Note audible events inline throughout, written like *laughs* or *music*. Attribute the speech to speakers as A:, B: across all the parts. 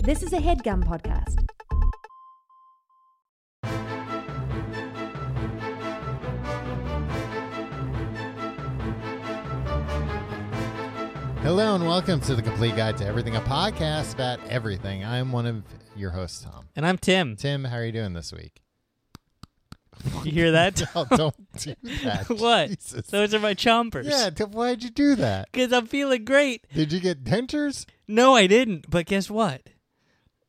A: This is a headgum podcast.
B: Hello and welcome to the Complete Guide to Everything, a podcast about everything. I'm one of your hosts, Tom.
C: And I'm Tim.
B: Tim, how are you doing this week? *laughs*
C: You hear that?
B: No, don't do that.
C: *laughs* what?
B: Oh, Jesus.
C: Those are my chompers.
B: yeah, Tim, why'd you do that?
C: Because I'm feeling great.
B: Did you get dentures?
C: No, I didn't. But guess what?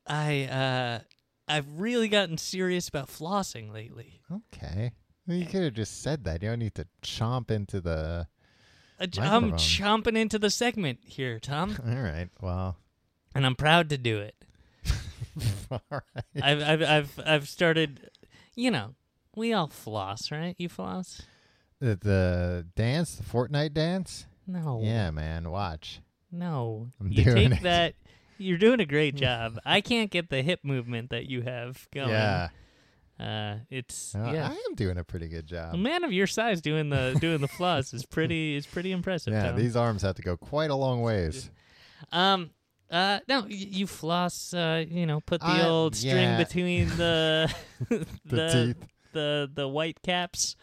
C: I uh, I've really gotten serious about flossing lately.
B: Okay. Well, you could have just said that. You don't need to chomp into the.
C: I j-
B: Microphone.
C: I'm chomping into the segment
B: *laughs*
C: here, Tom,
B: All right. Well,
C: and I'm proud
B: *laughs*
C: to do it.
B: all right.
C: I've I've I've, I've started. You know, we all floss, right? You floss?
B: The, the dance, the Fortnite dance?
C: No.
B: Yeah, man. Watch.
C: No.
B: I'm
C: you
B: doing
C: take
B: it.
C: that. You're doing
B: *laughs*
C: a great job. I can't get the hip movement that you have going.
B: Yeah.
C: Uh, it's
B: Uh,
C: yeah.
B: I am doing a pretty good job.
C: A man of your size
B: *laughs*
C: doing the doing the floss is pretty is pretty impressive.
B: yeah,
C: Tom.
B: these arms have to go quite a long ways.
C: um uh no y- you floss uh you know put the
B: I-
C: old string
B: yeah.
C: between the *laughs* the
B: *laughs* The teeth.
C: the the white caps.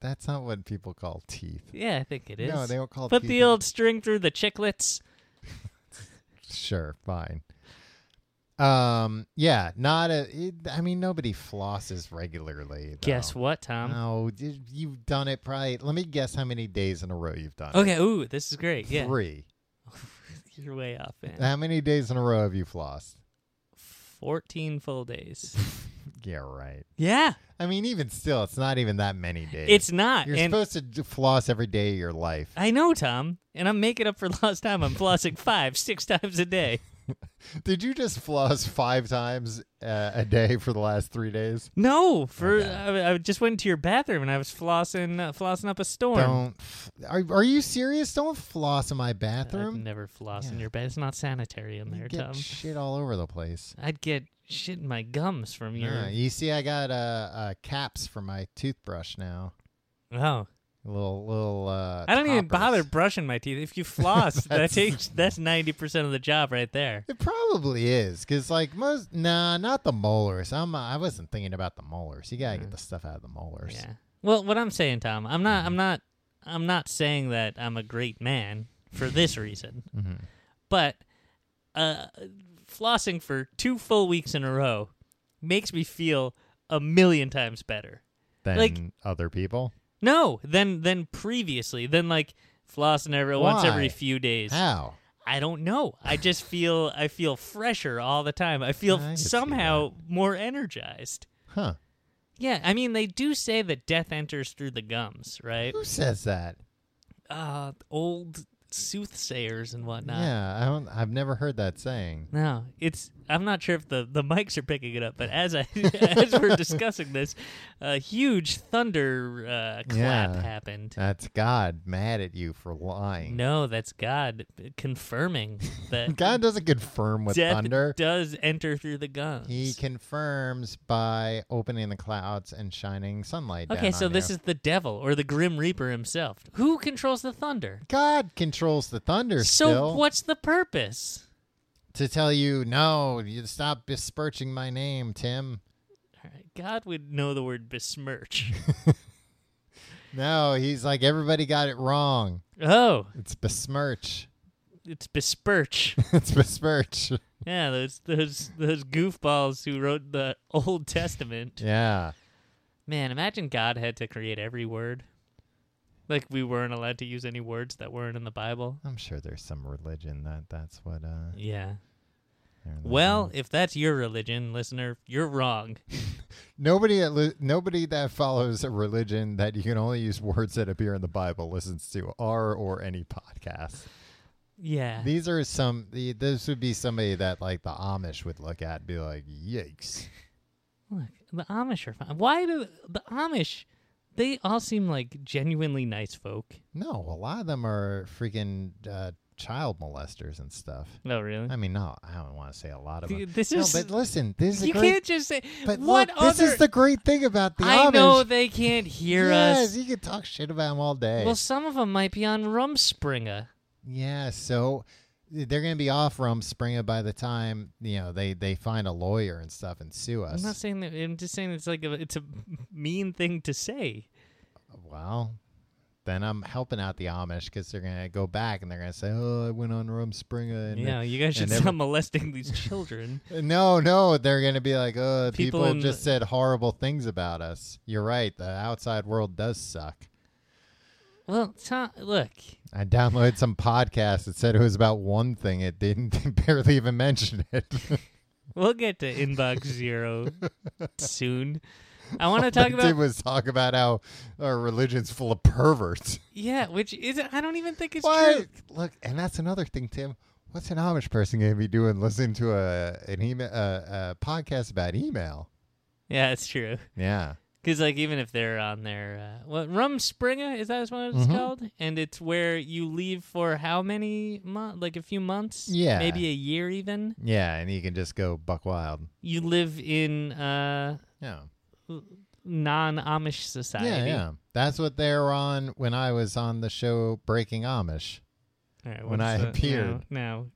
B: That's not what people call teeth.
C: Yeah, I think it is.
B: No, they don't call
C: put
B: teeth.
C: the old string through the chiclets.
B: Sure, fine. Um, yeah, not a. It, I mean, nobody flosses regularly. Though.
C: Guess what, um, Tom?
B: No, you- you've done it probably. Let me guess how many days in a row you've done. it.
C: Okay, ooh, this is great. Yeah.
B: Three.
C: You're way off, man.
B: How many days in a row have you flossed?
C: 14
B: *laughs*
C: full days.
B: Yeah, right.
C: Yeah.
B: I mean, even still, it's not even that many days.
C: It's not.
B: you're
C: and Uh,
B: supposed to d- floss every day of your life.
C: I know, Tom, and I'm making up for *laughs* lost time. I'm flossing 5, 6 times a day.
B: Did you just floss five times uh, a day for the last three days?
C: No, for
B: Okay.
C: I, I just went into your bathroom and I was flossing, uh, flossing up a storm.
B: Don't. F- are, are you serious? Don't floss in my
C: I'd
B: bathroom.
C: never floss in
B: Yeah.
C: your bed. It's not sanitary in
B: You
C: there,
B: get
C: Tom.
B: shit all over the place.
C: I'd get shit in my gums from your.
B: Yeah, you see, I got uh, uh, caps for my toothbrush now.
C: Oh,
B: Little little. Uh,
C: I don't even
B: toppers.
C: bother brushing my teeth. If you floss, that
B: *laughs* That's-
C: takes that's ninety percent of the job right there.
B: It probably is because, like most, nah, not the molars. I'm. I wasn't thinking about the molars. You gotta get the stuff out of the molars.
C: Mm. Yeah. Well, what I'm saying, Tom, I'm not, I'm not, I'm not saying that I'm a great man for
B: *laughs*
C: this reason,
B: Mhm.
C: but uh, flossing for two full weeks in a row makes me feel a million times better.
B: Than
C: Like-
B: other people.
C: No, than than previously, than like flossing every once
B: Why?
C: every few days.
B: How?
C: I don't know. I just feel I feel fresher all the time. I feel
B: I can see
C: somehow more energized.
B: Huh?
C: Yeah, I mean they do say that death enters through the gums, right?
B: Who says that?
C: uh, old soothsayers and whatnot.
B: Yeah, I don't. I've never heard that saying.
C: No, it's. I'm not sure if the, the mics are picking it up, but as I *laughs* as
B: *laughs*
C: we're discussing this, a huge thunder uh, clap
B: Yeah.
C: happened.
B: That's God mad at you for lying.
C: No, that's God confirming
B: *laughs*
C: that
B: God doesn't confirm with
C: death
B: thunder.
C: does enter through the gums.
B: He confirms by opening the clouds and shining sunlight.
C: okay,
B: down
C: so
B: on
C: this
B: you.
C: is the devil or the Grim Reaper himself. Who controls the thunder?
B: God controls the thunder
C: So
B: still
C: what's the purpose?
B: to tell you no, you stop besmirching my name, Tim.
C: All right, God would know the word besmirch. *laughs*
B: No, he's like everybody got it wrong.
C: oh,
B: It's besmirch. *laughs*
C: it's besmirch.
B: it's
C: *laughs*
B: besmirch.
C: Yeah, those those those goofballs who wrote the Old Testament.
B: Yeah.
C: Man, imagine God had to create every word. Like we weren't allowed to use any words that weren't in the Bible.
B: I'm sure there's some religion that that's what uh
C: Yeah.
B: they're in the
C: Well,
B: wrong.
C: if that's your religion, listener, you're wrong.
B: nobody that li- nobody that follows a religion that you can only use words that appear in the Bible listens to our or any podcast.
C: Yeah.
B: These are some. the- This would be somebody that like the Amish would look at and be like, "Yikes!"
C: Look, the Amish are fine. Why do the Amish? They all seem like genuinely nice folk.
B: No, a lot of them are freaking uh, child molesters and stuff.
C: Oh, really?
B: I mean, no, I don't want to say a lot of them.
C: Dude, this
B: No,
C: is
B: but listen, this is a
C: you
B: great.
C: can't just say
B: but
C: what
B: look,
C: other.
B: this is the great thing about the
C: I
B: Amish.
C: know they can't hear
B: yes,
C: us.
B: you can talk shit about them all day.
C: Well, some of them might be on Rumspringa.
B: yeah, so eh, they're going to be off Rumspringa by the time you know they they find a lawyer and stuff and sue
C: I'm
B: us.
C: not saying that. I'm just saying it's like a, it's a mean thing to say.
B: Well, then I'm helping out the Amish because they're going to go back and they're going to say, "Oh, I went on Rumspringa." And
C: yeah, you guys should
B: and every-
C: stop *laughs* molesting these
B: *laughs*
C: children.
B: No, no, they're going to be like, "Oh,
C: People
B: people,
C: in
B: just
C: the-
B: said horrible things about us." You're right. The outside world does suck.
C: well, Tom, look,
B: I downloaded some podcast that said it was about one thing. It didn't *laughs* barely even mention it.
C: we'll get
B: *laughs*
C: to inbox zero soon. I want to
B: All *laughs*
C: talk
B: they
C: about
B: did was talk about how our religion's full of perverts.
C: *laughs* yeah, which is I don't even think it's true.
B: What? Look, and that's another thing, Tim. What's an Amish person going to be doing listening to a an email a, a podcast about email?
C: Yeah, it's true.
B: Yeah.
C: Because like even if they're on their uh, what Rum Springa is that what it's
B: Mhm.
C: called? And it's where you leave for how many months? Like a few months?
B: Yeah.
C: maybe a year even.
B: Yeah, and you can just go buck wild.
C: You live in uh,
B: Yeah.
C: non-Amish society.
B: Yeah, yeah. That's what they were on when I was on the show Breaking Amish.
C: All right,
B: When
C: what's
B: I
C: the-
B: appeared.
C: Now, now,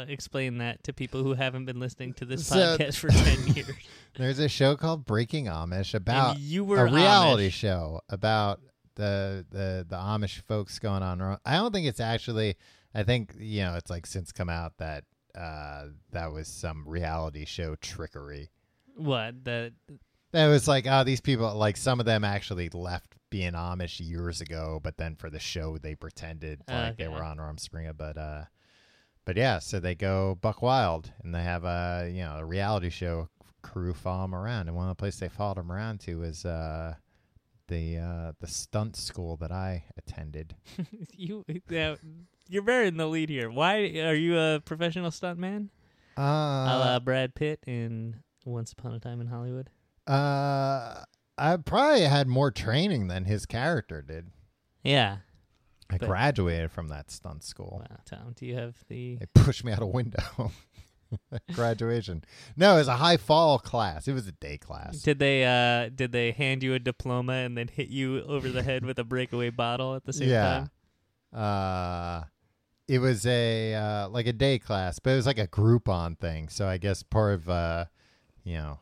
C: uh, explain that to people who haven't been listening to this
B: So-
C: podcast for
B: *laughs*
C: 10 years.
B: There's a show called Breaking Amish about
C: and you were
B: a reality
C: Amish.
B: show about the the the Amish folks going on. ro- I don't think it's actually. I think you know it's like since come out that uh that was some reality show trickery.
C: What? The, *laughs*
B: That was like, oh, these people, like some of them actually left being Amish years ago, but then for the show they pretended
C: Oh,
B: like they
C: okay.
B: were on Rumspringa, but uh, but yeah, so they go buck wild and they have a you know a reality show crew follow them around, and one of the places they followed them around to was uh the uh the stunt school that I attended.
C: you, now, you're very in the lead here. Why are you a professional stuntman?
B: Uh,
C: A la Brad Pitt in Once Upon a Time in Hollywood.
B: uh, I probably had more training than his character did.
C: Yeah.
B: I
C: But-
B: graduated from that stunt school.
C: Wow, Tom, do you have the.
B: They pushed me out a window. *laughs* Graduation. No, it was a high fall class. It was a day class.
C: Did they uh did they hand you a diploma and then hit you over the head with a breakaway bottle at the same
B: yeah.
C: time?
B: Uh, it was a uh, like a day class, but it was like a Groupon thing. So I guess part of uh, you know,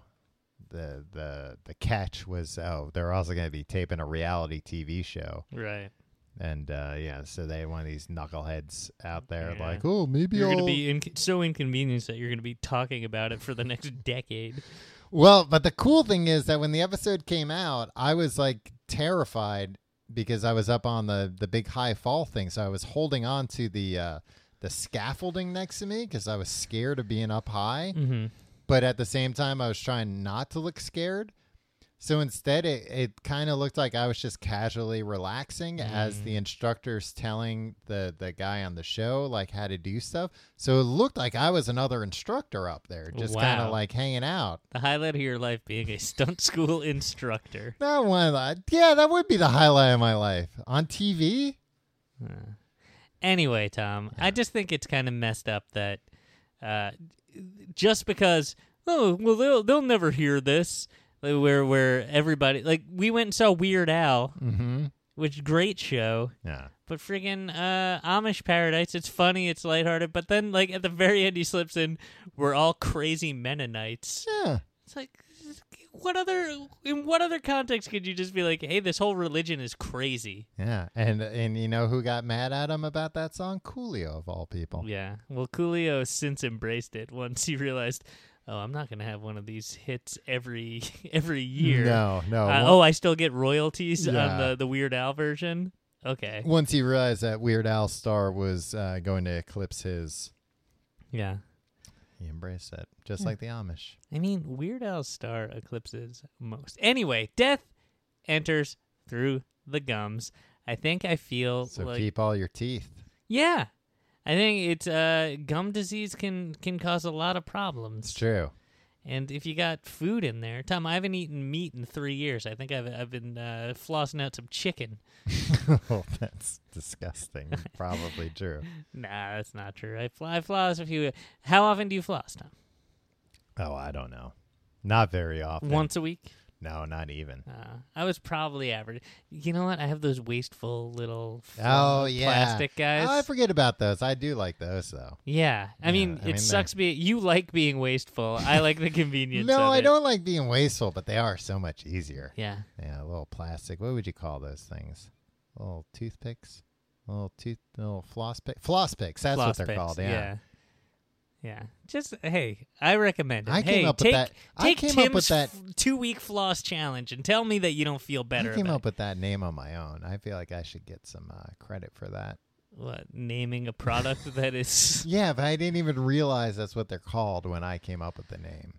B: the the the catch was oh they're also going to be taping a reality TV show,
C: Right.
B: and uh, yeah, so they had one of these knuckleheads out there
C: Yeah.
B: like oh maybe
C: You're going to
B: I'll-
C: be in- so inconvenienced that you're going to be talking about it for the next decade.
B: Well, but the cool thing is that when the episode came out, I was like terrified because I was up on the the big high fall thing, so I was holding on to the uh, the scaffolding next to me because I was scared of being up high.
C: Mm-hmm.
B: But at the same time, I was trying not to look scared. So instead, it, it kind of looked like I was just casually relaxing as the instructor's telling the, the guy on the show like how to do stuff. So it looked like I was another instructor up there, just kind
C: Wow.
B: of like hanging out.
C: The highlight of your life being a stunt school instructor.
B: That one, uh, yeah, that would be the highlight of my life on TV.
C: Anyway, Tom, I just think it's kind of messed up that uh, just because oh well they'll they'll never hear this like, where where everybody like we went and saw Weird Al,
B: Mm-hmm.
C: which great show.
B: Yeah,
C: But friggin' uh, Amish Paradise, it's funny, it's lighthearted, but then like at the very end he slips in, we're all crazy Mennonites.
B: yeah,
C: It's like what other in what other context could you just be like, hey, this whole religion is crazy?
B: yeah. And and you know who got mad at him about that song? Coolio of all people.
C: Yeah. Well, Coolio has since embraced it once he realized, oh, I'm not gonna have one of these hits every *laughs* every year.
B: No, no.
C: Uh,
B: Once-
C: oh, I still get royalties on
B: Yeah.
C: the the Weird Al version. Okay.
B: Once he realized that Weird Al star was uh, going to eclipse his,
C: Yeah.
B: he embraced it, just
C: Hmm.
B: like the Amish.
C: I mean, Weird Al star eclipses most. Anyway, death enters through the gums. I think I feel
B: So
C: like
B: keep all your teeth.
C: yeah. I think it's uh, gum disease can can cause a lot of problems.
B: It's true. *laughs*
C: And if you got food in there, Tom, I haven't eaten meat in three years. I think I've I've been uh, flossing out some chicken.
B: oh, that's disgusting.
C: *laughs*
B: Probably true.
C: Nah, that's not true. I, fl- I floss a few. How often do you floss, Tom?
B: Oh, I don't know. Not very often.
C: Once a week.
B: No, not even.
C: Uh, I was probably average. You know what? I have those wasteful little
B: Oh
C: uh,
B: yeah,
C: plastic guys.
B: Oh, I forget about those. I do like those though.
C: yeah, I
B: Yeah,
C: mean
B: I
C: it
B: mean,
C: sucks. Be you like being wasteful. I
B: *laughs*
C: like the convenience.
B: No,
C: of
B: I
C: it.
B: don't like being wasteful, but they are so much easier.
C: Yeah,
B: Yeah, a little plastic. What would you call those things? Little toothpicks, little tooth, little floss pick, floss picks. That's
C: floss
B: what they're
C: picks,
B: called. Yeah.
C: yeah, Yeah. Just hey, I recommend it.
B: I
C: hey,
B: came up
C: take,
B: with that. I
C: Take
B: came
C: Tim's
B: up with that.
C: two week floss challenge and tell me that you don't feel better.
B: I came
C: about
B: up with that name on my own. I feel like I should get some uh, credit for that.
C: what naming a product
B: *laughs*
C: that is.
B: Yeah, but I didn't even realize that's what they're called when I came up with the name.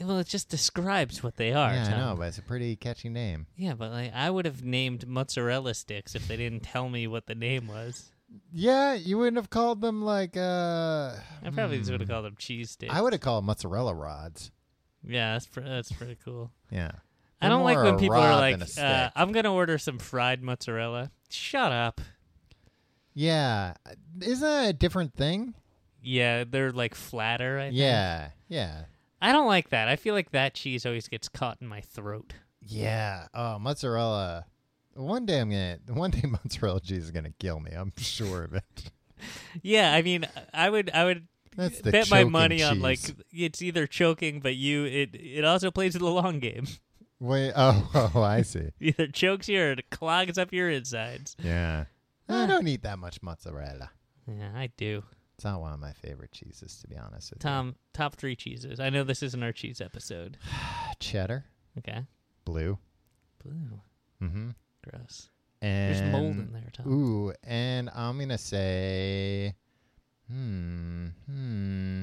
C: Well, it just describes what they are.
B: yeah,
C: Tom.
B: I know, but it's a pretty catchy name.
C: Yeah, but like I would have named mozzarella sticks if they didn't tell me what the name was.
B: Yeah, you wouldn't have called them like. uh
C: I probably just would have
B: hmm.
C: called them cheese sticks.
B: I would have called mozzarella rods.
C: yeah, that's pre- that's pretty cool.
B: Yeah.
C: I
B: They're
C: don't like
B: more
C: when
B: a
C: people are
B: rod
C: like,
B: than a
C: uh,
B: stick.
C: "I'm gonna order some fried mozzarella." Shut up.
B: Yeah. Isn't that a different thing?
C: Yeah, they're like flatter. I think.
B: Yeah. Yeah.
C: I don't like that. I feel like that cheese always gets caught in my throat. *laughs*
B: Yeah. Oh, mozzarella. One day I'm gonna. One day *laughs* mozzarella cheese is gonna kill me. I'm sure of it.
C: Yeah, I mean, I would, I would
B: That's the
C: bet my
B: choking
C: money on
B: cheese.
C: like it's either choking, but you it it also plays the long game. *laughs*
B: Wait. Oh. *laughs* Oh. I see.
C: either chokes you or it clogs up your insides.
B: Yeah. I
C: Ah.
B: don't eat that much mozzarella.
C: Yeah, I do.
B: It's not one of my favorite cheeses, to be honest with
C: Tom, top three cheeses. I know this isn't our cheese episode.
B: you. Cheddar,
C: Okay.
B: blue.
C: Blue.
B: Mm-hmm.
C: Gross.
B: And
C: There's mold in there, Tom.
B: Ooh, and I'm gonna say, hmm, hmm,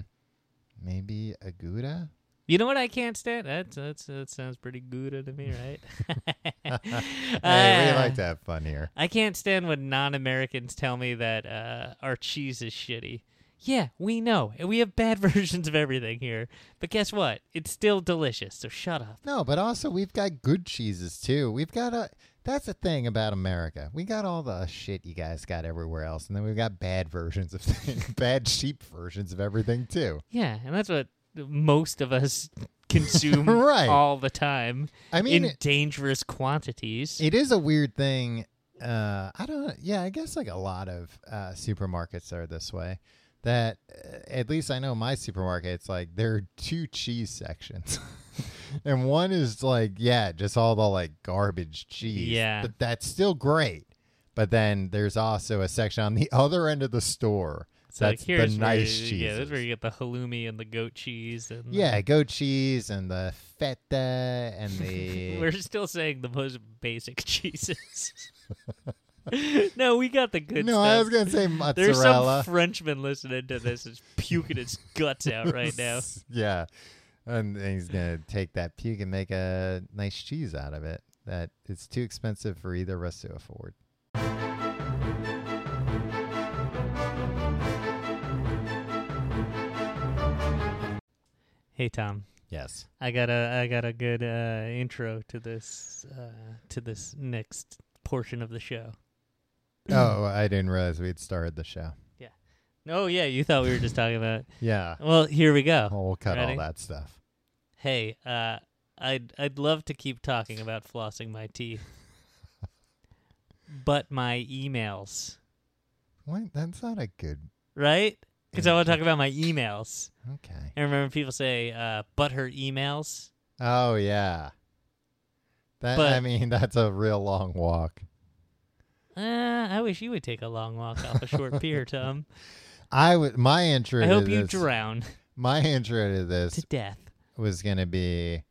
B: maybe a gouda.
C: You know what I can't stand? That's, that's, that sounds pretty good to me, right?
B: *laughs*
C: *laughs*
B: hey,
C: Uh,
B: we like to have fun here.
C: I can't stand when non Americans tell me that uh, our cheese is shitty. Yeah, we know. And we have bad *laughs* versions of everything here. But guess what? It's still delicious, so shut up.
B: No, but also we've got good cheeses too. We've got a. That's the thing about America. We got all the shit you guys got everywhere else, and then we've got bad versions of *laughs* things, bad sheep versions of everything too.
C: Yeah, and that's what most of us *laughs*
B: *laughs*
C: consume
B: Right.
C: all the time.
B: I mean,
C: in dangerous quantities.
B: It is a weird thing. Uh, I don't. Yeah, I guess like a lot of uh, supermarkets are this way. That uh, at least I know my supermarket. It's like there are two cheese sections, *laughs* and one is like yeah, just all the like garbage cheese.
C: Yeah.
B: but that's still great. But then there's also a section on the *laughs* other end of the store.
C: so
B: that's
C: like, here's
B: the
C: where,
B: nice cheese.
C: Yeah, that's where you get the halloumi and the goat cheese. And the- *laughs*
B: yeah, goat cheese and the feta and the
C: we're still saying the most basic *laughs* cheeses. *laughs* no, we got the good
B: no,
C: stuff.
B: I was gonna say mozzarella.
C: There's some Frenchman listening to this is puking his guts out
B: *laughs*
C: right now.
B: yeah. And and he's
C: *laughs*
B: going to take that puke and make a nice cheese out of it that it's too expensive for either of us to afford.
C: Hey Tom,
B: Yes.
C: I got a I got a good uh, intro to this uh, to this next portion of the show.
B: *clears throat* oh, I didn't realize we'd started the show.
C: Oh yeah, you thought we were just talking about.
B: Yeah.
C: Well, here we go.
B: Well, we'll cut
C: Oh, Ready?
B: all that stuff.
C: Hey, uh, I'd I'd love to keep talking about flossing my teeth, but my emails,
B: What? That's not a good.
C: right? Because I want to talk about my emails.
B: Okay.
C: And remember, people say, uh, "But her emails."
B: Oh, yeah. That, I
C: But-
B: mean, *laughs* that's a real long walk.
C: Uh, I wish you would take a long walk off a short pier, Tom.
B: I w- my intro.
C: I
B: to
C: hope you
B: this-
C: drown
B: My intro to this
C: to death.
B: was going to be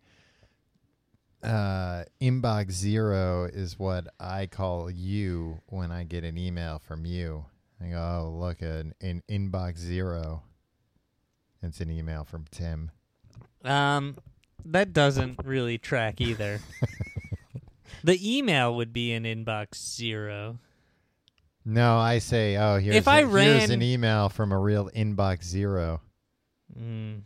B: uh inbox zero is what I call you when I get an email from you. I go, oh look, an, an inbox zero. It's an email from Tim.
C: Um, that doesn't really track either. the email would be in inbox zero.
B: No, I say, oh here's,
C: If
B: a-
C: I
B: here's
C: ran-
B: an email from a real inbox zero.
C: Mm.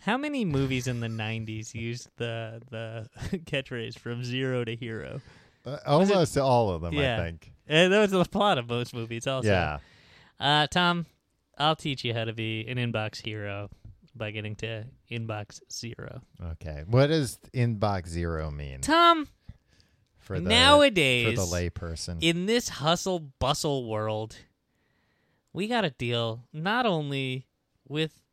C: How many movies in the '90s used the the *laughs* catchphrase "from zero to hero"?
B: Uh,
C: Was it-
B: almost all of them,
C: Yeah.
B: I think.
C: And that was the plot of most movies, also.
B: yeah.
C: Uh, Tom, I'll teach you how to be an inbox hero by getting to inbox zero.
B: Okay. What does inbox zero mean
C: Tom,
B: for the for
C: nowadays
B: the layperson?
C: in this hustle bustle world, we got to deal not only with
B: *laughs*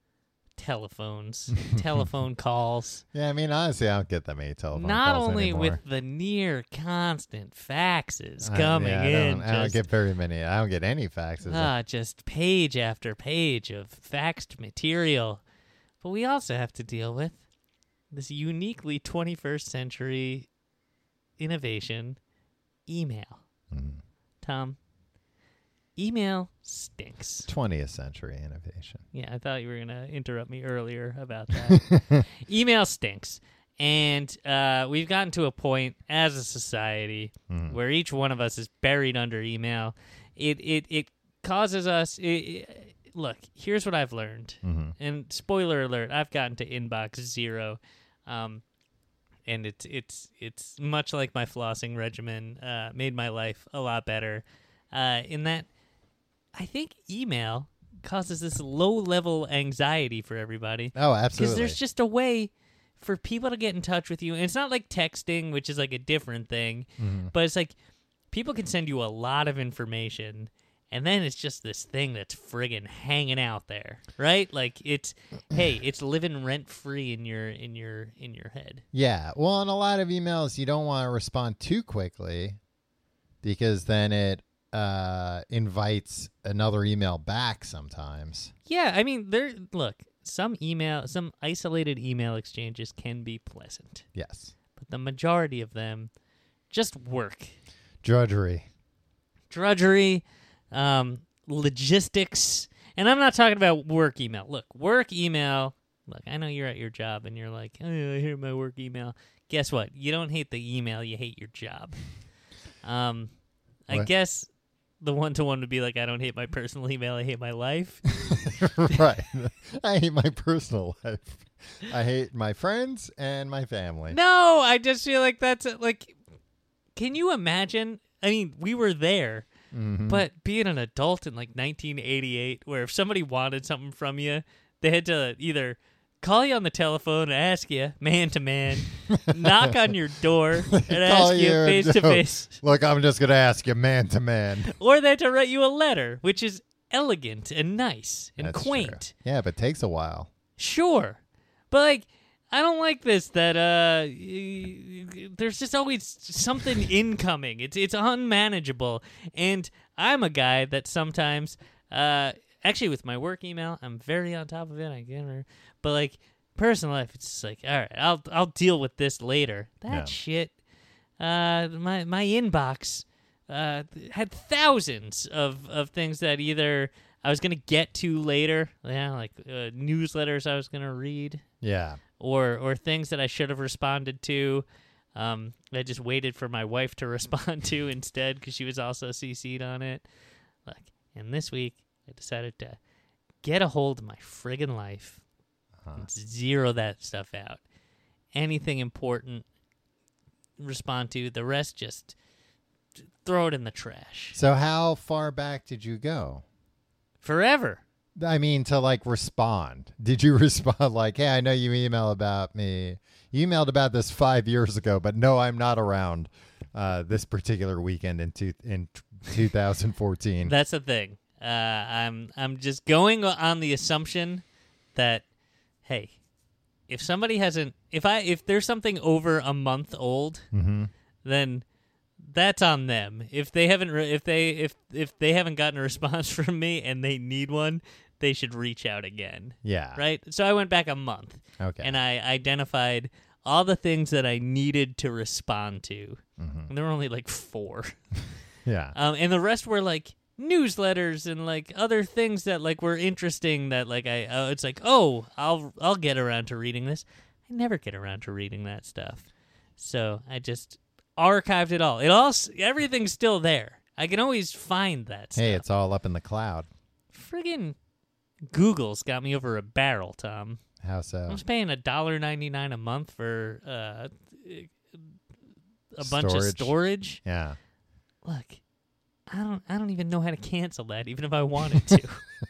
C: telephones, telephone calls,
B: yeah, I mean honestly, I don't get that many telephone
C: not
B: calls
C: only
B: anymore.
C: with the near constant faxes
B: I-
C: coming
B: yeah, I
C: in.
B: don't- I don't
C: just-
B: get very many. I don't get any faxes.
C: Ah, just page after page of faxed material. But we also have to deal with this uniquely 21st century innovation email.
B: Mm.
C: Tom, email stinks.
B: 20th century innovation.
C: Yeah, I thought you were going to interrupt me earlier about that. email stinks. And uh, we've gotten to a point as a society
B: Mm.
C: where each one of us is buried under email. It it it causes us. It, it- look, here's what I've learned.
B: Mhm.
C: And spoiler alert, I've gotten to inbox zero, um, and it's it's it's much like my flossing regimen. Uh, made my life a lot better. Uh, in that, I think email causes this low level anxiety for everybody
B: Oh,
C: because
B: absolutely.
C: there's just a way for people to get in touch with you and it's not like texting which is like a different thing
B: Mhm.
C: but it's like people can send you a lot of information and then it's just this thing that's friggin' hanging out there right like *clears throat* it's hey it's living rent free in your in your in your head
B: Yeah. Well, in a lot of emails, you don't want to respond too quickly because then it uh, invites another email back sometimes.
C: yeah i mean there look some email some isolated email exchanges can be pleasant
B: Yes.
C: but the majority of them just work
B: Drudgery.
C: drudgery, um, logistics, and I'm not talking about work email. Look, work email. Look, I know you're at your job and you're like, oh, I hear my work email. Guess what? You don't hate the email, you hate your job. Um, I
B: What?
C: guess the one to one would be like, I don't hate my personal email, I hate my life.
B: *laughs* right. I hate my personal life. I hate my friends and my family.
C: *laughs* No, I just feel like that's like, can you imagine? I mean, we were there,
B: Mhm.
C: but being an adult in like 1988, where if somebody wanted something from you, they had to either call you on the telephone and ask you man
B: *laughs*
C: to man, knock on your door and
B: Call
C: ask you
B: you and
C: face to
B: go-
C: face,
B: Look, I'm just going to ask you man to man.
C: *laughs* or they had to write you a letter, which is elegant and nice and
B: That's true.
C: quaint.
B: Yeah, but it takes a while.
C: Sure. But like I don't like this that uh y- y- there's just always something *laughs* incoming. It's it's unmanageable. And I'm a guy that sometimes uh actually with my work email, I'm very on top of it. I get her. But like personal life it's just like, all right, I'll I'll deal with this later. That
B: Yeah.
C: shit uh my my inbox uh, th- had thousands of, of things that either I was gonna get to later, yeah, like uh, newsletters I was gonna read,
B: Yeah.
C: or or things that I should have responded to. Um, I just waited for my wife to *laughs* respond to instead because she was also CC'd on it. Look, and this week I decided to get a hold of my friggin' life,
B: Uh-huh.
C: and zero that stuff out. Anything important, respond to. The rest, just t- throw it in the trash
B: So how far back did you go?
C: forever.
B: I mean, to like respond. Did you *laughs* respond like, "Hey, I know you email about me. You emailed about this five years ago, but no, I'm not around uh, this particular weekend in two in 2014."
C: That's the thing. Uh, I'm I'm just going on the assumption that hey, if somebody hasn't, if I if there's something over a month old,
B: hmm
C: then that's on them. If they haven't re- if they if if they haven't gotten a response *laughs* from me and they need one, they should reach out again.
B: Yeah.
C: Right? So I went back a month
B: Ah. Okay.
C: and I identified all the things that I needed to respond to.
B: Mhm.
C: And there were only like *laughs* 4.
B: yeah.
C: Um, and the rest were like newsletters and like other things that like were interesting that like I uh, it's like oh I'll I'll get around to reading this. I never get around to reading that stuff, so I just archived it all. It all s- everything's still there. I can always find that
B: hey,
C: stuff.
B: it's all up in the cloud.
C: friggin' Google's got me over a barrel, Tom.
B: How so?
C: I'm just paying a dollar ninety nine a month for uh, a bunch of
B: Storage.
C: storage
B: Yeah.
C: look, I don't I don't even know how to cancel that even if I wanted
B: *laughs*
C: to.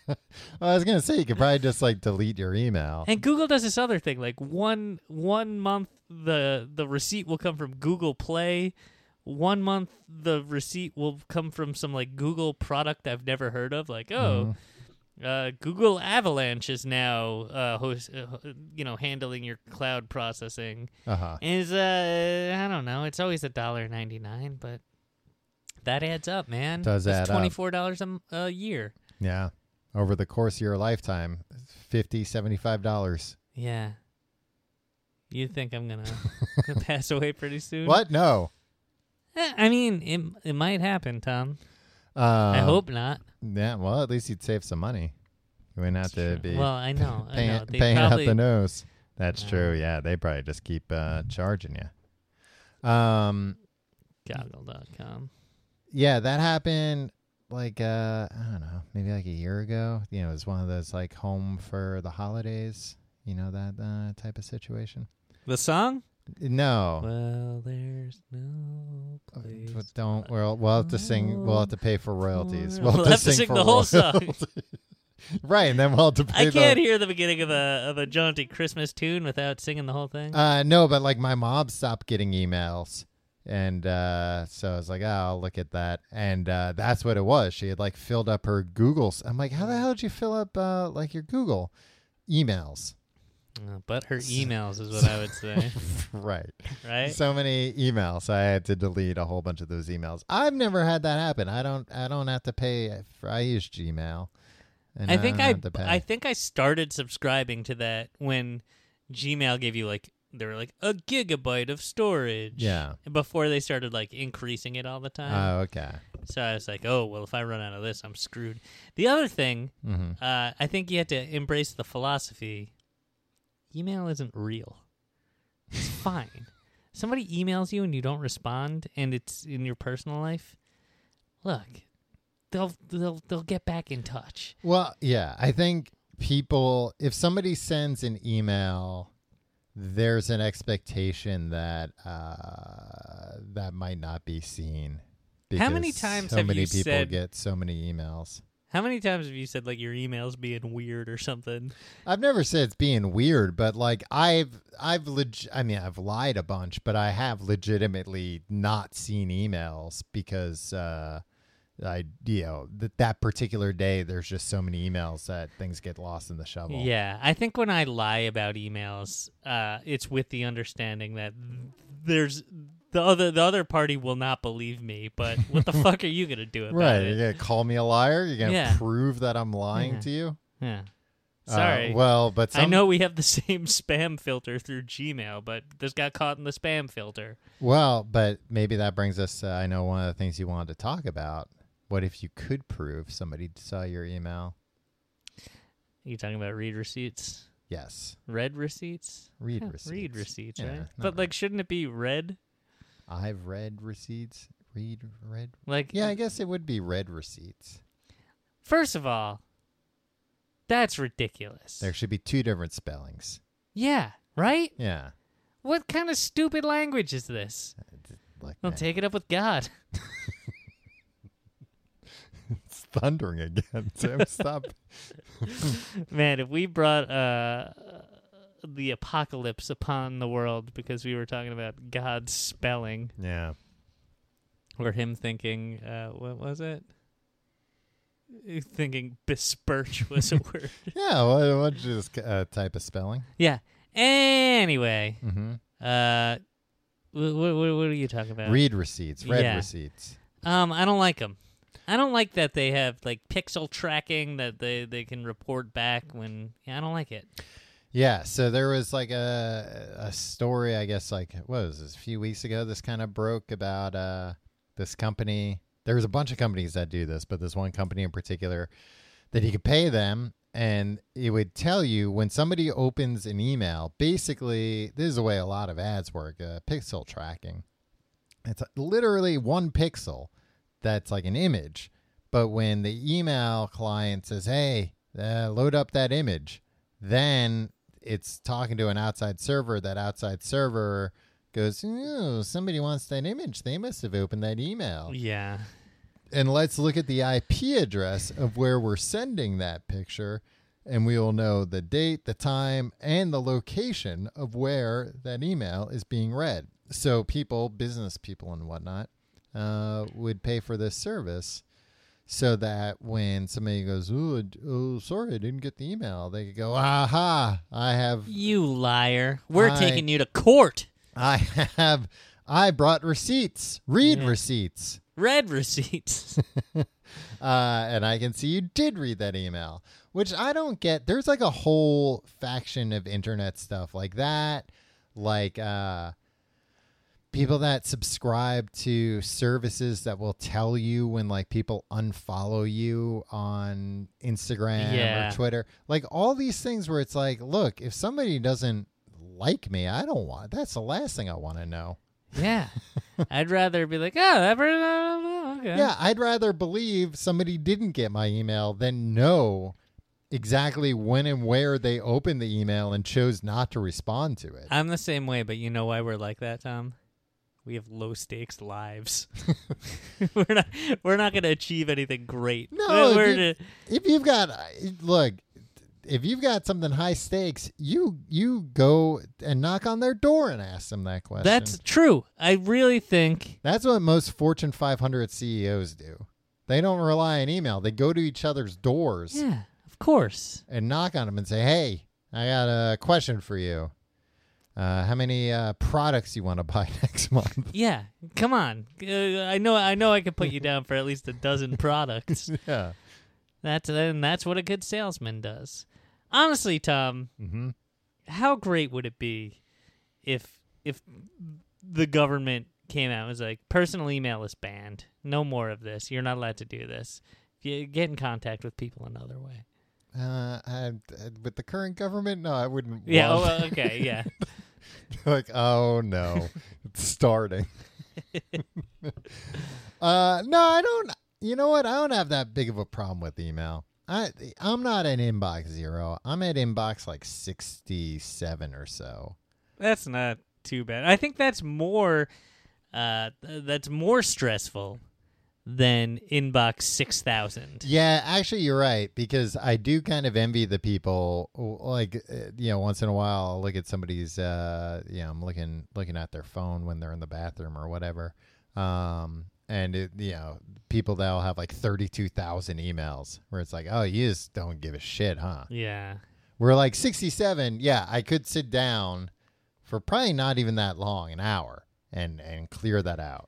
B: Well, I was gonna say you could probably just like delete your email.
C: and Google does this other thing like one one month the the receipt will come from Google Play, one month the receipt will come from some like Google product I've never heard of like
B: Mm-hmm.
C: oh uh, Google Avalanche is now uh, host, uh, ho- you know handling your cloud processing.
B: Uh huh.
C: Is uh I don't know. It's always a dollar ninety nine, but that adds up, man.
B: Does add
C: That's
B: up.
C: twenty four dollars a m- a year?
B: Yeah. Over the course of your lifetime, fifty, seventy-five dollars.
C: Yeah.
B: *laughs*
C: You think I'm gonna pass away pretty soon?
B: What? No.
C: Eh, I mean, it it might happen, Tom.
B: Um,
C: I hope not.
B: Yeah. Well, at least you'd save some money. You wouldn't have to
C: Sure.
B: be
C: well, I know. I
B: paying,
C: know. They
B: paying
C: probably,
B: out the nose. That's
C: Yeah.
B: true. Yeah, they probably just keep uh, charging you. Um.
C: Goggle.com.
B: Yeah, that happened like uh I don't know, maybe like a year ago. You know, it was one of those like home for the holidays. You know that uh, type of situation.
C: The song?
B: No.
C: Well, there's no place.
B: But don't we'll we'll have to sing we'll have to pay for royalties.
C: We'll have to sing
B: for
C: the
B: *laughs*
C: whole song.
B: royalties. right, and then we'll have to pay
C: I can't
B: the,
C: hear the beginning of a of a jaunty Christmas tune without singing the whole thing.
B: uh no, but like my mom stopped getting emails. And uh, so I was like, oh, I'll look at that. And uh, that's what it was. She had like filled up her Google's. I'm like, how the hell did you fill up uh, like your Google emails? *laughs*
C: Uh, but her emails is what I would say,
B: right.
C: right?
B: So many emails. I had to delete a whole bunch of those emails. I've never had that happen. I don't. I don't have to pay. For, I use Gmail. And
C: I think
B: don't
C: I
B: have to pay.
C: I think I started subscribing to that when Gmail gave you like they were like a gigabyte of storage.
B: Yeah.
C: Before they started like increasing it all the time.
B: Oh, okay.
C: so I was like, oh well, if I run out of this, I'm screwed. The other thing,
B: Mm-hmm.
C: uh, I think you had to embrace the philosophy: email isn't real.
B: *laughs*
C: It's fine. Somebody emails you and you don't respond, and it's in your personal life. Look, they'll they'll they'll get back in touch.
B: Well, yeah. I think people, if somebody sends an email, there's an expectation that uh, that might not be seen.
C: How many
B: because
C: times
B: so
C: have
B: many
C: you
B: people
C: said-
B: get so many emails?
C: How many times have you said like your emails being weird or something?
B: I've never said it's being weird, but like I've I've leg- I mean I've lied a bunch, but I have legitimately not seen emails because uh I you know that that particular day there's just so many emails that things get lost in the shovel.
C: Yeah, I think when I lie about emails, uh, it's with the understanding that there's the other the other party will not believe me. But
B: *laughs*
C: what the fuck are you gonna do about
B: Right,
C: it?
B: you're gonna call me a liar. You're gonna
C: Yeah.
B: prove that I'm lying
C: Yeah.
B: to you.
C: Yeah.
B: Uh,
C: Sorry.
B: well, but some,
C: I know we have the *laughs* same spam filter through Gmail, but this got caught in the spam filter.
B: Well, but maybe that brings us. Uh, I know one of the things you wanted to talk about. What if you could prove somebody saw your email?
C: you talking about read receipts?
B: Yes,
C: Red receipts?
B: read
C: Huh,
B: receipts.
C: Read receipts,
B: Yeah,
C: right?
B: not
C: But like shouldn't it be red?
B: I've read receipts. Read read.
C: Like
B: Yeah, I guess it would be read receipts.
C: First of all, that's ridiculous.
B: There should be two different spellings.
C: yeah, right?
B: Yeah.
C: What kind of stupid language is this?
B: Like
C: Well,
B: man,
C: take it up with God. *laughs*
B: it's thundering again. *laughs* Tim, stop.
C: Man, if we brought uh, the apocalypse upon the world because we were talking about God's spelling
B: Yeah.
C: or him thinking, uh, what was it? Thinking besperch was a *laughs* word.
B: Yeah. What, what's this uh, type of spelling?
C: yeah. Anyway,
B: Mm-hmm.
C: uh, what, what, what are you talking about?
B: Read receipts. Read
C: yeah.
B: receipts.
C: Um, I don't like them. I don't like that they have like pixel tracking that they they can report back when. Yeah, I don't like it.
B: Yeah, so there was like a a story, I guess, like what was this a few weeks ago? This kind of broke about uh, this company. There was a bunch of companies that do this, but this one company in particular that you could pay them, and it would tell you when somebody opens an email. Basically, this is the way a lot of ads work: uh, pixel tracking. It's uh, literally one pixel that's like an image, but when the email client says, "Hey, uh, load up that image," then it's talking to an outside server. That outside server Oh. goes, "Ooh, somebody wants that image. They must have opened that email."
C: Yeah,
B: and let's look at the IP address of where we're sending that picture, and we will know the date, the time, and the location of where that email is being read. So people, business people, and whatnot, uh, would pay for this service. So that when somebody goes, "Ooh, I d- oh, sorry, I didn't get the email," they could go, "Aha! I have
C: You liar. We're
B: I-
C: taking you to court.
B: I *laughs* have I brought receipts. Read
C: Yeah.
B: receipts. *laughs*
C: Red receipts.
B: Uh, and I can see you did read that email, which I don't get. There's like a whole faction of internet stuff like that, like uh, people that subscribe to services that will tell you when like people unfollow you on Instagram
C: Yeah.
B: or Twitter, like all these things where it's like, look, if somebody doesn't like me, I don't want. That's the last thing I want to know.
C: yeah. I'd rather be like, oh, that per- uh, okay.
B: Yeah, I'd rather believe somebody didn't get my email than know exactly when and where they opened the email and chose not to respond to it.
C: I'm the same way, but you know why we're like that, Tom? We have low
B: *laughs*
C: stakes lives. *laughs* we're not we're not gonna achieve anything great.
B: No,
C: We're- we're
B: if
C: to-
B: If you've got uh, look, if you've got something high stakes, you you go and knock on their door and ask them that question.
C: that's true. I really think
B: that's what most Fortune 500 CEOs E do. They don't rely on email. They go to each other's doors
C: Yeah, of course.
B: and knock on them and say, "Hey, I got a question for you. Uh, how many uh, products you want to *laughs* buy next month?"
C: Yeah, come on. Uh, I know. I know. I could put you down for at least a dozen products.
B: *laughs* yeah.
C: That's and that's what a good salesman does. Honestly, Tom,
B: Mm-hmm.
C: how great would it be if if the government came out and was like, personal email is banned. No more of this. You're not allowed to do this. You get in contact with people another way.
B: Uh, I, uh, with the current government, no, I wouldn't.
C: Yeah.
B: want-
C: Oh, well, okay. Yeah.
B: *laughs* like, oh no, it's *laughs* starting. uh, no, I don't. You know what? I don't have that big of a problem with email. I I'm not an inbox zero. I'm at inbox like sixty seven or so.
C: That's not too bad. I think that's more uh th- that's more stressful than inbox 6000.
B: Yeah, actually, you're right because I do kind of envy the people. Like, uh, you know, once in a while, I'll look at somebody's. Uh, you know, I'm looking looking at their phone when they're in the bathroom or whatever. Um, and it, you know, people that'll have like thirty two thousand emails where it's like, oh, you just don't give a shit, huh?
C: Yeah.
B: We're like sixty seven. Yeah, I could sit down for probably not even that long, an hour, and and clear that out.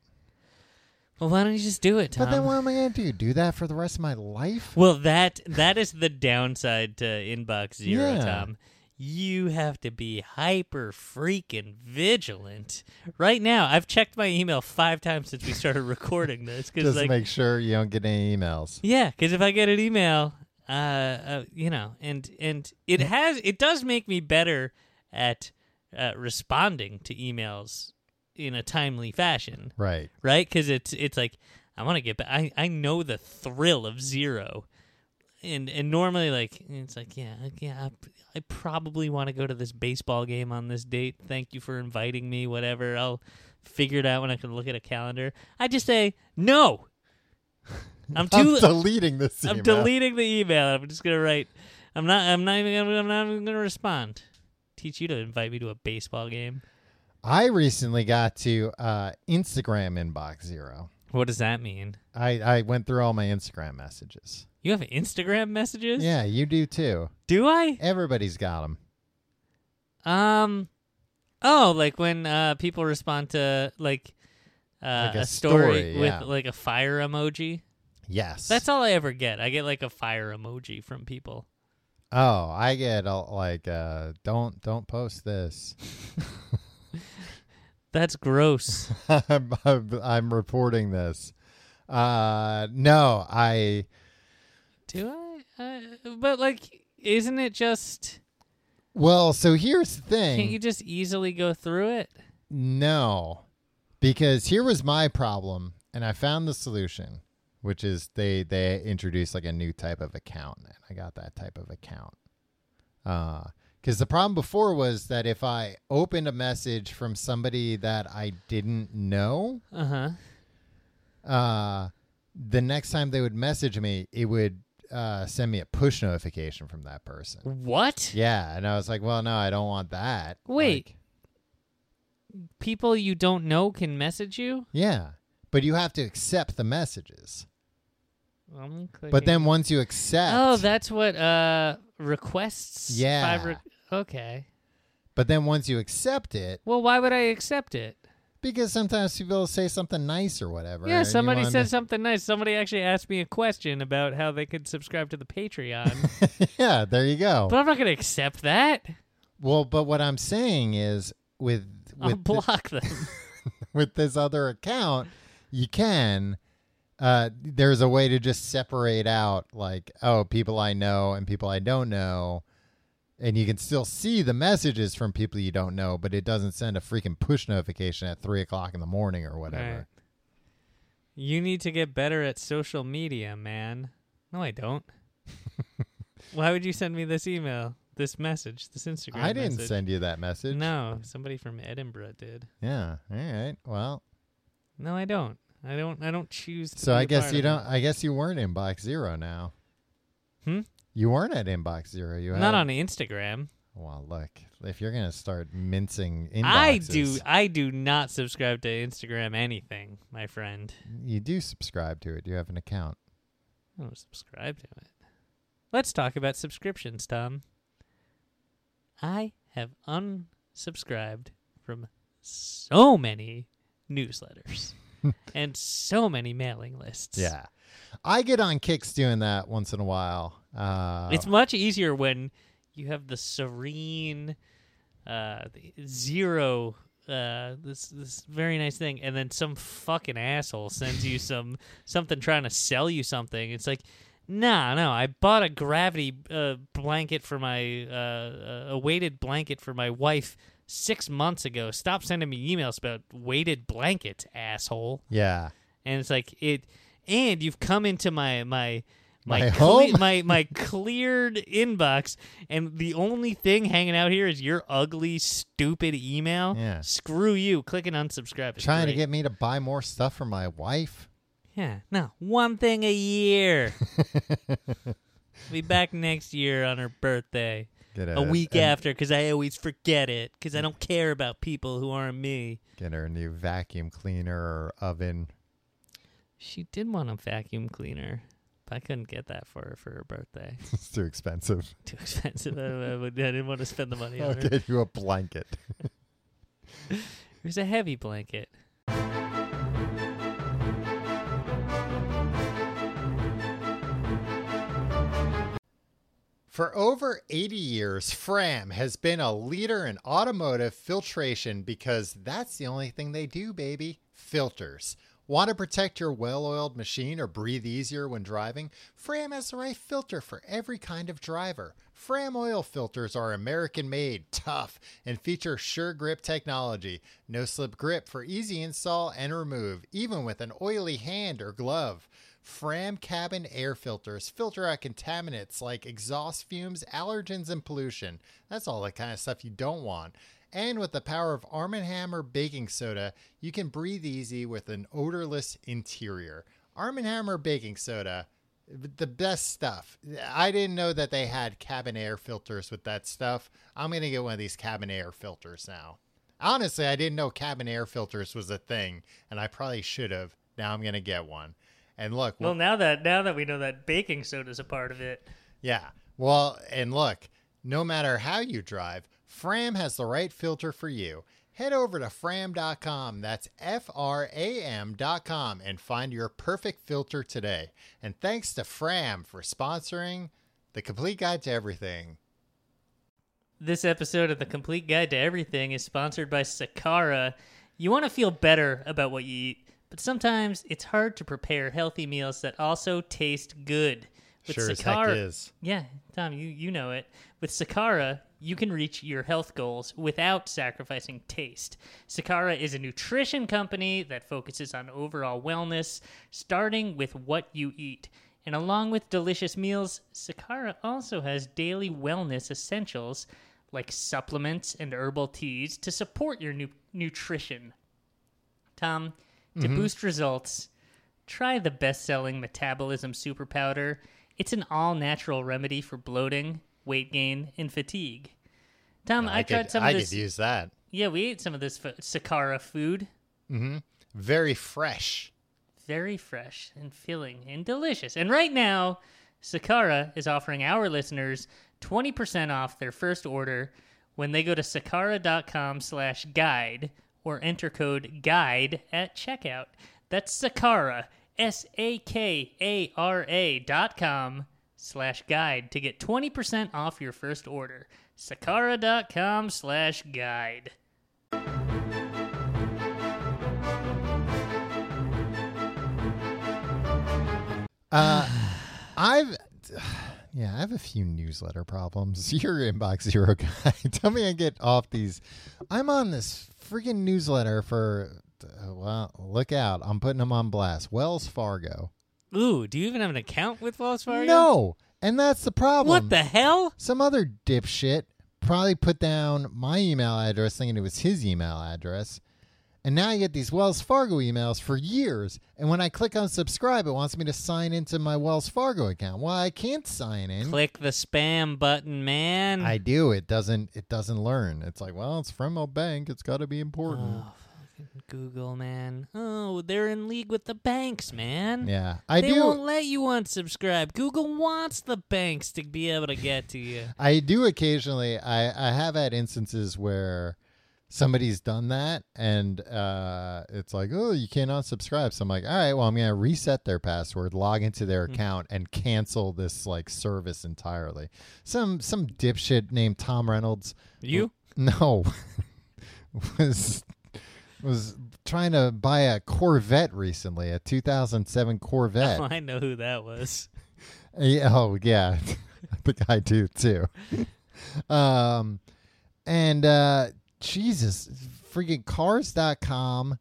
B: Um,
C: Well, why don't you just do it, Tom?
B: But then, what am I gonna do? Do that for the rest of my life?
C: well, that that is the downside to inbox 0,
B: Yeah.
C: Tom. You have to be hyper freaking vigilant. Right now, I've checked my email 5 times since we started *laughs* recording this cuz
B: Just
C: like
B: make sure you don't get any emails.
C: Yeah, because if I get an email, uh, uh, you know, and and it has it does make me better at uh, responding to emails in a timely fashion,
B: Right.
C: right? Because it's it's like I want to get back. I I know the thrill of zero, and and normally like it's like yeah yeah I, I probably want to go to this baseball game on this date. Thank you for inviting me. Whatever, I'll figure it out when I can look at a calendar. I just say no. *laughs* I'm too
B: I'm deleting this
C: I'm
B: email.
C: deleting the email. I'm just gonna write. I'm not. I'm not even. Gonna, I'm not even gonna respond. Teach you to invite me to a baseball game.
B: I recently got to uh, Instagram inbox zero.
C: What does that mean?
B: I, I went through all my Instagram messages.
C: You have Instagram messages?
B: Yeah, you do too.
C: Do I?
B: Everybody's got them.
C: Um. Oh, like when uh, people respond to like, uh,
B: Like a
C: story,
B: story,
C: with
B: yeah.
C: like a fire emoji.
B: Yes.
C: That's all I ever get. I get like a fire emoji from people.
B: oh, I get all, like, uh, don't don't post this. *laughs* *laughs*
C: That's gross.
B: I'm, I'm I'm reporting this. Uh, no, I
C: Do I? Uh, but like, isn't it just?
B: well. So here's the thing.
C: Can't you just easily go through it?
B: No, because here was my problem, and I found the solution, which is they they introduced like a new type of account, and I got that type of account. Because the problem before was that if I opened a message from
C: Uh-huh.
B: somebody that I didn't know,
C: Uh huh.
B: uh, the next time they would message me, it would uh, send me a push notification from that person.
C: What?
B: Yeah, and I was like, well, no, I don't want that.
C: Wait.
B: Like,
C: People you don't know can message you?
B: yeah, but you have to accept the messages.
C: I'm
B: But
C: clicking-
B: then once you accept,
C: Oh, that's what uh requests.
B: Yeah.
C: five re- okay.
B: but then once you accept it,
C: Well, why would I accept it?
B: because sometimes people say something nice or whatever.
C: Yeah,
B: and you
C: somebody
B: wanna-
C: said something nice. Somebody actually asked me a question about how they could subscribe to
B: *laughs*
C: the Patreon,
B: *laughs* yeah, there you go.
C: but I'm not going to accept that.
B: well, but what I'm saying is with
C: I'll
B: with, thi-
C: block them.
B: *laughs* with this other account, you can. Uh, there's a way to just separate out like oh people I know and people I don't know, and you can still see the messages from people you don't know, but it doesn't send a freaking push notification at three o'clock in the morning or whatever.
C: Right. You need to get better at social media, man. No,
B: *laughs*
C: I don't. Why would you send me this email, this message, this Instagram?
B: I didn't
C: message?
B: send you that message.
C: No, somebody from Edinburgh did.
B: Yeah. All right. Well,
C: No, I don't. I don't. I don't choose. To
B: so
C: be
B: I
C: a
B: guess
C: part
B: you
C: of it.
B: don't. I guess you weren't in box zero now.
C: Hmm?
B: You weren't at inbox zero. You
C: Not
B: had-
C: on Instagram.
B: Well, look, if you're gonna start mincing inboxes,
C: I do. I do not subscribe to Instagram anything, my friend.
B: You do subscribe to it. You have an account.
C: I don't subscribe to it. Let's talk about subscriptions, Tom. I have unsubscribed from so many
B: *laughs*
C: newsletters and so many mailing lists.
B: Yeah, I get on kicks doing that once in a while. Uh,
C: It's much easier when you have the serene uh, the zero uh, this this very nice thing, and then some fucking asshole sends you some something trying to sell you something. It's like, nah, no, I bought a gravity uh, blanket for my uh, a weighted blanket for my wife six months ago. Stop sending me emails about weighted blankets, asshole
B: yeah,
C: and it's like it and you've come into my my my
B: My
C: cle-
B: home?
C: my
B: *laughs*
C: my cleared inbox and the only thing hanging out here is your ugly stupid email
B: Yeah.
C: screw you click and unsubscribe is
B: trying to
C: great.
B: get me to buy more stuff for my wife.
C: yeah no one thing
B: *laughs*
C: a year be back next year on her birthday
B: Get
C: a
B: a-
C: week
B: a-
C: after because i always forget it because i don't care about people who aren't me
B: Get her a new vacuum cleaner or oven. *laughs*
C: she did want a vacuum cleaner but i couldn't get that for her for her birthday
B: it's too expensive.
C: too expensive. I, I, would- I didn't want to spend the money on
B: I'll
C: her.
B: get you a blanket.
C: It was a heavy blanket.
B: For over 80 years, Fram has been a leader in automotive filtration because that's the only thing they do, baby. Filters. Want to protect your well oiled machine or breathe easier when driving? Fram has the right filter for every kind of driver. Fram oil filters are American made, tough, and feature sure grip technology. No slip grip for easy install and remove, even with an oily hand or glove. Fram cabin air filters filter out contaminants like exhaust fumes, allergens, and pollution. That's all the kind of stuff you don't want. And with the power of Arm & Hammer baking soda, you can breathe easy with an odorless interior. Arm & Hammer baking soda, the best stuff. I didn't know that they had cabin air filters with that stuff. I'm going to get one of these cabin air filters now. Honestly, I didn't know cabin air filters was a thing, and I probably should have. Now I'm going to get one. And look,
C: Well, now that now that we know that baking soda's a part of it,
B: yeah. Well, and look, no matter how you drive, Fram has the right filter for you. Head over to fram.com, that's F R A M.com, and find your perfect filter today. And thanks to Fram for sponsoring the complete guide to everything.
C: this episode of the Complete Guide to Everything is sponsored by Sakara. You want to feel better about what you eat, but sometimes it's hard to prepare healthy meals that also taste good. With
B: sure as heck
C: Sakara,
B: is.
C: Yeah, Tom, you, you know it. With Sakara, you can reach your health goals without sacrificing taste. Sakara is a nutrition company that focuses on overall wellness, starting with what you eat. And along with delicious meals, Sakara also has daily wellness essentials like supplements and herbal teas to
B: Mm-hmm.
C: support your nu- nutrition. Tom, to boost results, Try the best selling metabolism super powder. It's an all natural remedy for bloating, weight gain, and fatigue. Tom, Um, I,
B: I
C: tried
B: could,
C: some
B: I
C: of this.
B: could use that.
C: yeah, we ate some of this f- Sakara food.
B: Very fresh.
C: Very fresh and filling and delicious. And right now, Sakara is offering our listeners 20% off their first order when they go to sakara.com slash guide or enter code guide at checkout. That's Sakara, S-A-K-A-R-A dot com slash guide to get 20% off your first order. Sakara.com slash guide.
B: I've yeah, I have a few newsletter problems. *laughs* Your inbox zero guy. *laughs* Tell me I get off these. I'm on this freaking newsletter for uh, well, look out. I'm putting them on blast. Wells Fargo.
C: Ooh, do you even have an account with Wells Fargo?
B: No. And that's the problem.
C: What the hell?
B: Some other dipshit probably put down my email address thinking it was his email address. And now I get these Wells Fargo emails for years. And when I click on subscribe, it wants me to sign into my Wells Fargo account. Well, I can't sign in.
C: Click the spam button, man.
B: Mm. I do. It doesn't. It doesn't learn. It's like, well, it's from a bank. It's got to be important.
C: Oh, fucking Google, man. Oh, they're in league with the banks, man.
B: yeah, I
C: they
B: do.
C: won't let you unsubscribe. Google wants the banks to be able to get to
B: *laughs*
C: you.
B: I do occasionally. I I have had instances where somebody's done that, and uh, it's like, oh, you can't unsubscribe. So I'm like, all right, well, I'm gonna reset their password, log into their
C: Mm.
B: account, and cancel this like service entirely. Some some dipshit named Tom Reynolds.
C: You?
B: No, *laughs* was was trying to buy a Corvette recently, a 2007
C: *laughs*
B: Corvette.
C: I know who that was.
B: Yeah, oh yeah, *laughs* I think I do too. *laughs* um, and uh, Jesus, freaking cars.com.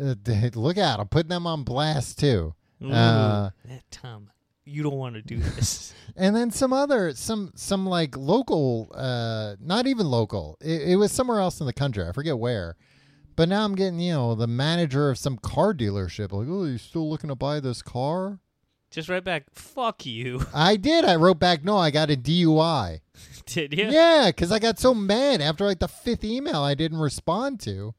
B: Uh, d- look out! I'm putting them on blast too. *laughs*
C: Ooh,
B: Uh,
C: that Tom. You don't want to
B: *laughs*
C: do this.
B: and then some other some some like local uh not even local it, it was somewhere else in the country i forget where but now i'm getting you know the manager of some car dealership like oh you still looking to buy this car
C: Just right back. Fuck you. *laughs*
B: i did i wrote back no i got a dui
C: Did you?
B: yeah because i got so mad after like the fifth email i didn't respond to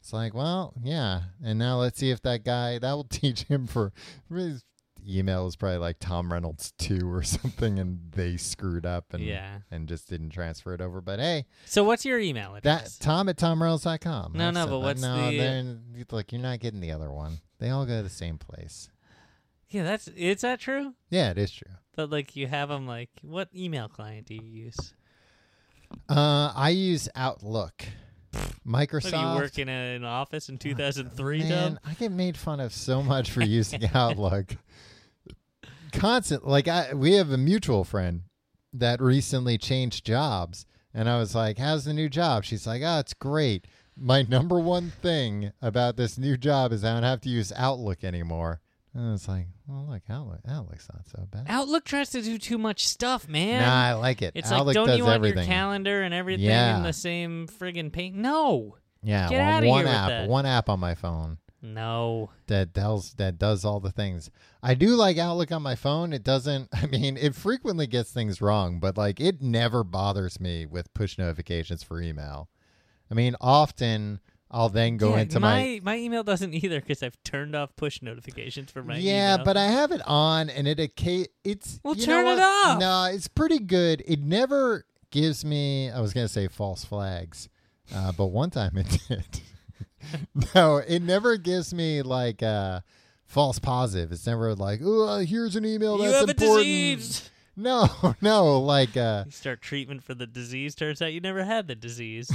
B: it's like well yeah and now let's see if that guy that will *laughs* teach him for his email was probably like tom reynolds 2 or something and they screwed up and
C: Yeah.
B: and just didn't transfer it over but hey
C: So what's your email address?
B: that tom at tomreynolds.com
C: No,
B: I've
C: no,
B: said
C: but
B: that.
C: what's
B: no,
C: the-
B: they're- look you're not getting the other one they all go to the same place
C: yeah, that's. Is that true?
B: yeah it is true
C: But like, you have them. Like, what email client do you use?
B: uh i use outlook microsoft
C: What, do you work in a- an office in 2003, Tom?
B: Man, I get made fun of so much for using *laughs* Outlook. Constant, like I, we have a mutual friend that recently changed jobs, and I was like, "How's the new job?" She's like, "Oh, it's great." My *laughs* number one thing about this new job is I don't have to use Outlook anymore. And it's like, well, look, Outlook, Outlook's not so bad.
C: Outlook tries to do too much stuff, man.
B: nah, I like it.
C: it's
B: Outlook
C: like, don't
B: does
C: you want
B: everything.
C: your calendar and everything
B: Yeah.
C: in the same friggin' paint? No,
B: yeah,
C: Get
B: well,
C: outta here
B: one
C: with
B: app,
C: that.
B: one app on my phone.
C: no.
B: that does that does all the things. I do like Outlook on my phone. It doesn't. *laughs* I mean, it frequently gets things wrong, but like it never bothers me with push notifications for email. I mean, often I'll then go
C: Yeah,
B: into my,
C: my my email doesn't either because I've turned off push notifications for my
B: yeah,
C: email.
B: but I have it on, and it occa- it's
C: Well,
B: you
C: turn
B: know
C: it
B: what?
C: off.
B: No, it's pretty good. It never gives me. I was gonna say false flags, uh, but one time it *laughs* did. no, it never gives me like uh, false positive. It's never like, oh, here's an email
C: you
B: that's
C: have
B: important.
C: a disease.
B: No, *laughs* no, like uh, *laughs*
C: You start treatment for the disease. Turns out you never had
B: *laughs*
C: the disease.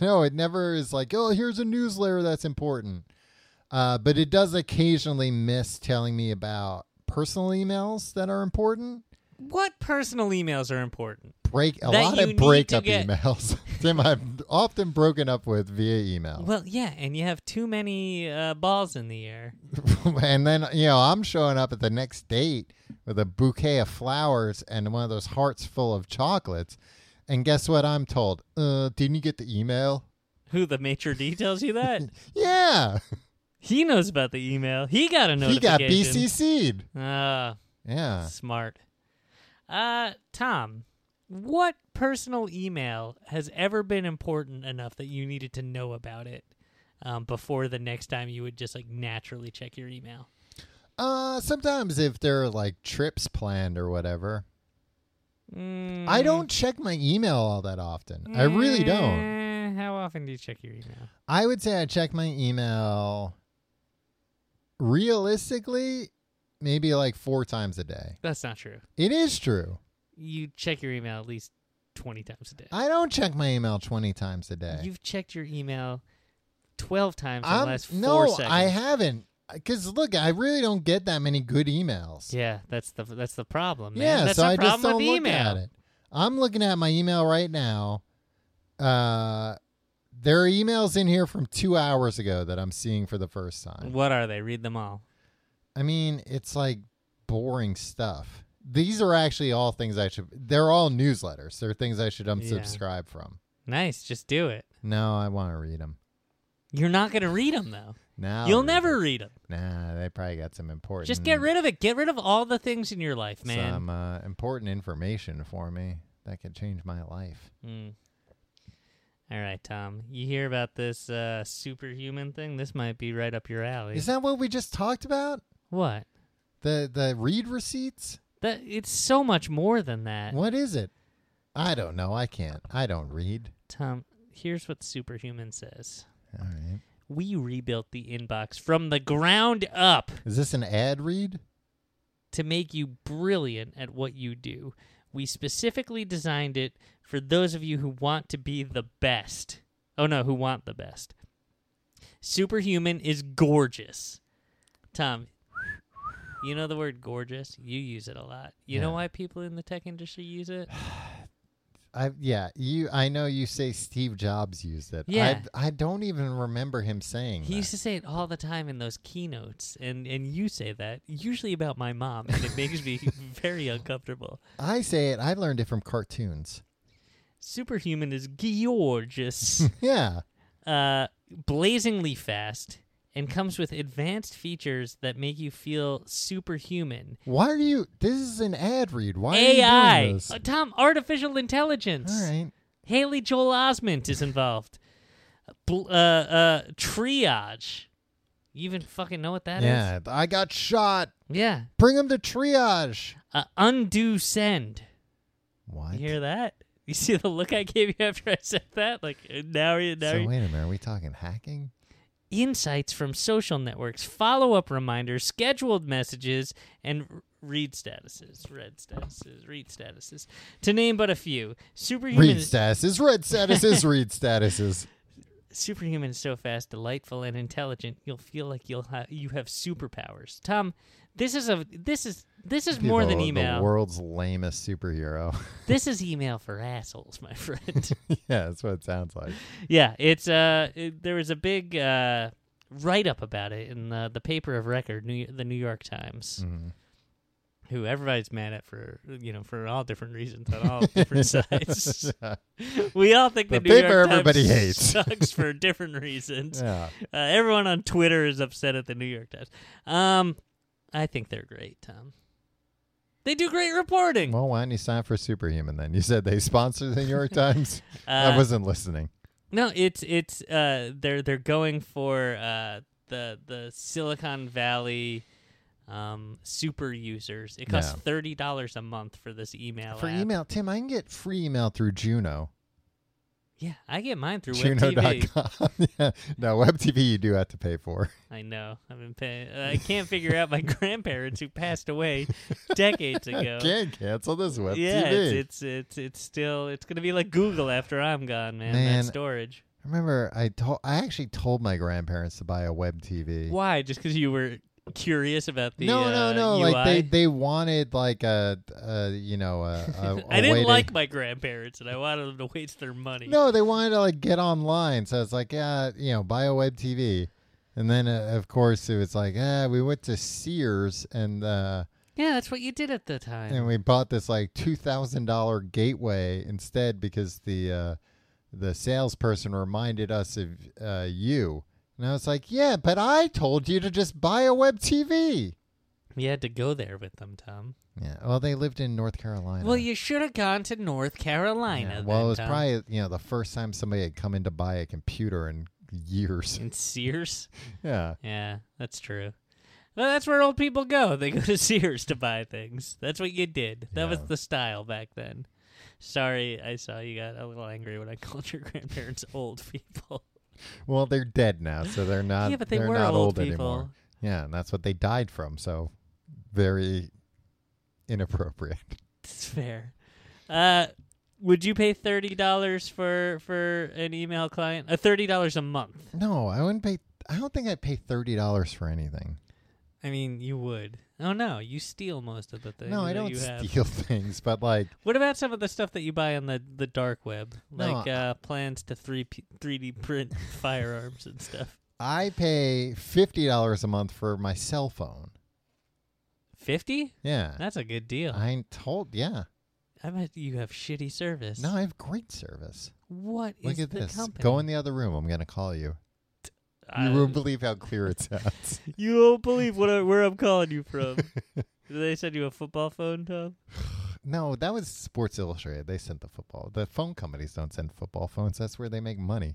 B: no, it never is like, oh, here's a newsletter that's important. Uh, but it does occasionally miss telling me about personal emails that are important.
C: what personal emails are important?
B: break a
C: that
B: lot
C: you
B: of
C: need
B: breakup
C: to get-
B: emails. *laughs* Tim, I'm often broken up with via email,
C: Well, yeah, and you have too many uh, balls in the air.
B: *laughs* and then you know I'm showing up at the next date with a bouquet of flowers and one of those hearts full of chocolates, and guess what? I'm told, uh, didn't you get the email? *laughs*
C: Who the maitre d tells you that?
B: Yeah,
C: He knows about the email. He got a
B: He got
C: notification.
B: BCC'd.
C: Ah,
B: Yeah.
C: smart. Uh, Tom, what personal email has ever been important enough that you needed to know about it um, before the next time you would just like naturally check your email?
B: Uh, sometimes if there are like trips planned or whatever,
C: Mm.
B: I don't check my email all that often. Mm, I really don't.
C: Eh, How often do you check your email?
B: I would say I check my email realistically maybe like four times a day.
C: That's not true.
B: It is true.
C: You check your email at least twenty times a day.
B: I don't check my email 20 times a day.
C: You've checked your email twelve times in the
B: I'm-
C: last four
B: no,
C: seconds.
B: I haven't. Because look, I really don't get that many good emails.
C: Yeah, that's the that's the problem. Man.
B: Yeah,
C: that's
B: so
C: the
B: I just
C: problem
B: don't
C: with
B: look
C: email.
B: at it. I'm looking at my email right now. Uh, there are emails in here from two hours ago that I'm seeing for the first time.
C: What are they? Read them all.
B: I mean, it's like boring stuff. These are actually all things I should. They're all newsletters. They're things I should unsubscribe from.
C: Nice, just do it.
B: No, I want to read them.
C: You're not gonna read them though.
B: Now
C: You'll never read them.
B: Nah, they probably got some important.
C: Just get rid of it. Get rid of all the things in your life, man.
B: Some uh, important information for me that could change my life.
C: Mm. All right, Tom. You hear about this uh, superhuman thing? This might be right up your alley.
B: Is that what we just talked about?
C: what?
B: The the read receipts?
C: That it's so much more than that.
B: What is it? I don't know. I can't. I don't read.
C: Tom, here's what superhuman says.
B: All right.
C: We rebuilt the inbox from the ground up.
B: Is this an ad read?
C: to make you brilliant at what you do. We specifically designed it for those of you who want to be the best. Oh no, who want the best. Superhuman is gorgeous. Tom, you know the word gorgeous? You use it a lot. You know
B: Yeah.
C: why people in the tech industry use it?
B: I yeah, you I know you say Steve Jobs used it.
C: Yeah.
B: I I don't even remember him saying
C: He used
B: that.
C: to say it all the time in those keynotes, and, and you say that, usually about my mom, and it makes me *laughs* very uncomfortable.
B: I say it. I learned it from cartoons.
C: Superhuman is gorgeous.
B: Yeah.
C: uh, blazingly fast and comes with advanced features that make you feel superhuman.
B: Why are you This is an ad read. Why are you
C: AI,
B: doing this?
C: Uh, Tom, artificial intelligence.
B: All right.
C: Haley Joel Osment is involved. Bl- uh, uh, triage. You even fucking know what that is?
B: yeah, I got shot.
C: Yeah.
B: Bring him to triage.
C: Uh, undo send.
B: What?
C: You hear that? You see the look I gave you after I said that? Like uh, now, you now
B: so
C: you-
B: wait a minute, are we talking hacking?
C: insights from social networks, follow up reminders, scheduled messages, and r- read statuses, read statuses, read statuses, to name but a few. Superhuman,
B: Read statuses, read statuses, read
C: *laughs*
B: statuses.
C: superhuman is so fast, delightful, and intelligent. You'll feel like you'll ha- you have superpowers. Tom, this is a this is this is more than
B: People, The
C: email.
B: world's lamest superhero. *laughs*
C: This is email for assholes, my *laughs* friend.
B: yeah, that's what it sounds like.
C: yeah, it's uh, it- there was a big uh write up about it in the the paper of record, New, the New York Times.
B: Mhm.
C: who everybody's mad at for you know for all different reasons
B: *laughs*
C: on all different sides.
B: Mm-hmm.
C: *laughs* We all think the,
B: The
C: New York
B: paper everybody
C: Times
B: hates.
C: *laughs* sucks for different reasons.
B: yeah.
C: Uh, everyone on Twitter is upset at the New York Times. Um, I think they're great, Tom. They do great reporting.
B: Well, why didn't you sign for Superhuman then? You said they sponsored the New York Times. I
C: *laughs* Uh,
B: wasn't listening.
C: No, it's it's uh they're they're going for uh the the Silicon Valley um super users. It costs
B: Yeah.
C: thirty dollars a month for this email.
B: For
C: app.
B: email, Tim, I can get free email through Juno.
C: Yeah, I get mine through WebTV.
B: Juno.com. *laughs* yeah. No, WebTV you do have to pay for.
C: I know. I've been paying. Uh, I can't figure out my *laughs* grandparents who
B: *laughs*
C: passed away decades ago.
B: Can't cancel this WebTV.
C: yeah, it's, it's it's it's still it's gonna be like Google after I'm gone, man.
B: Man.
C: That storage.
B: I remember I told I actually told my grandparents to buy a WebTV.
C: Why? Just because you were curious about the
B: no,
C: uh,
B: no, no.
C: UI?
B: Like they, they wanted like a, a you know a,
C: *laughs*
B: a, a
C: I didn't
B: way to-
C: like my grandparents, and I wanted them to waste their money.
B: No, they wanted to like get online, so it's like, yeah, you know, buy a web TV, and then uh, of course it was like, ah, we went to Sears and uh,
C: Yeah, that's what you did at the time.
B: and we bought this like two thousand dollar gateway instead because the uh, the salesperson reminded us of uh, you. And I was like, yeah, but I told you to just buy a web TV.
C: You had to go there with them, Tom.
B: Yeah. Well, they lived in North Carolina.
C: Well, you should have gone to North Carolina.
B: Yeah, Well,
C: then,
B: it was
C: Tom.
B: probably you know the first time somebody had come in to buy a computer in years.
C: in Sears.
B: *laughs* yeah.
C: Yeah, that's true. Well, that's where old people go. *laughs* They go to Sears to buy things. That's what you did. That was
B: Yeah.
C: the style back then. Sorry, I saw you got a little angry when I *laughs* called your grandparents old people.
B: Well, they're dead now, so they're *laughs* not.
C: yeah, but they
B: are
C: were
B: not
C: old,
B: old,
C: people.
B: anymore. Yeah, and that's what they died from. So, very inappropriate.
C: *laughs* It's fair. Uh, would you pay thirty dollars for for an email client? Uh, thirty dollars a month.
B: No, I wouldn't pay. I don't think I'd pay thirty dollars for anything.
C: I mean, you would. Oh no, you steal most of the things.
B: no,
C: that
B: I don't
C: you have.
B: steal *laughs* things, but like,
C: What about some of the stuff that you buy on the, the dark web,
B: No,
C: like uh, plans to three three D print *laughs* firearms and stuff?
B: I pay fifty dollars a month for my cell phone.
C: Fifty?
B: Yeah,
C: That's a good deal. I,
B: I told. Yeah,
C: bet you have shitty service.
B: no, I have great service.
C: What is
B: Look at
C: the
B: this.
C: company?
B: Go in the other room. I'm gonna call you.
C: I-
B: You won't believe how clear
C: *laughs*
B: it sounds.
C: you won't believe what I, where I'm calling you
B: *laughs*
C: from. Did they send you a football phone, Tom?
B: no, that was Sports Illustrated. They sent the football. The phone companies don't send football phones. That's where they make money.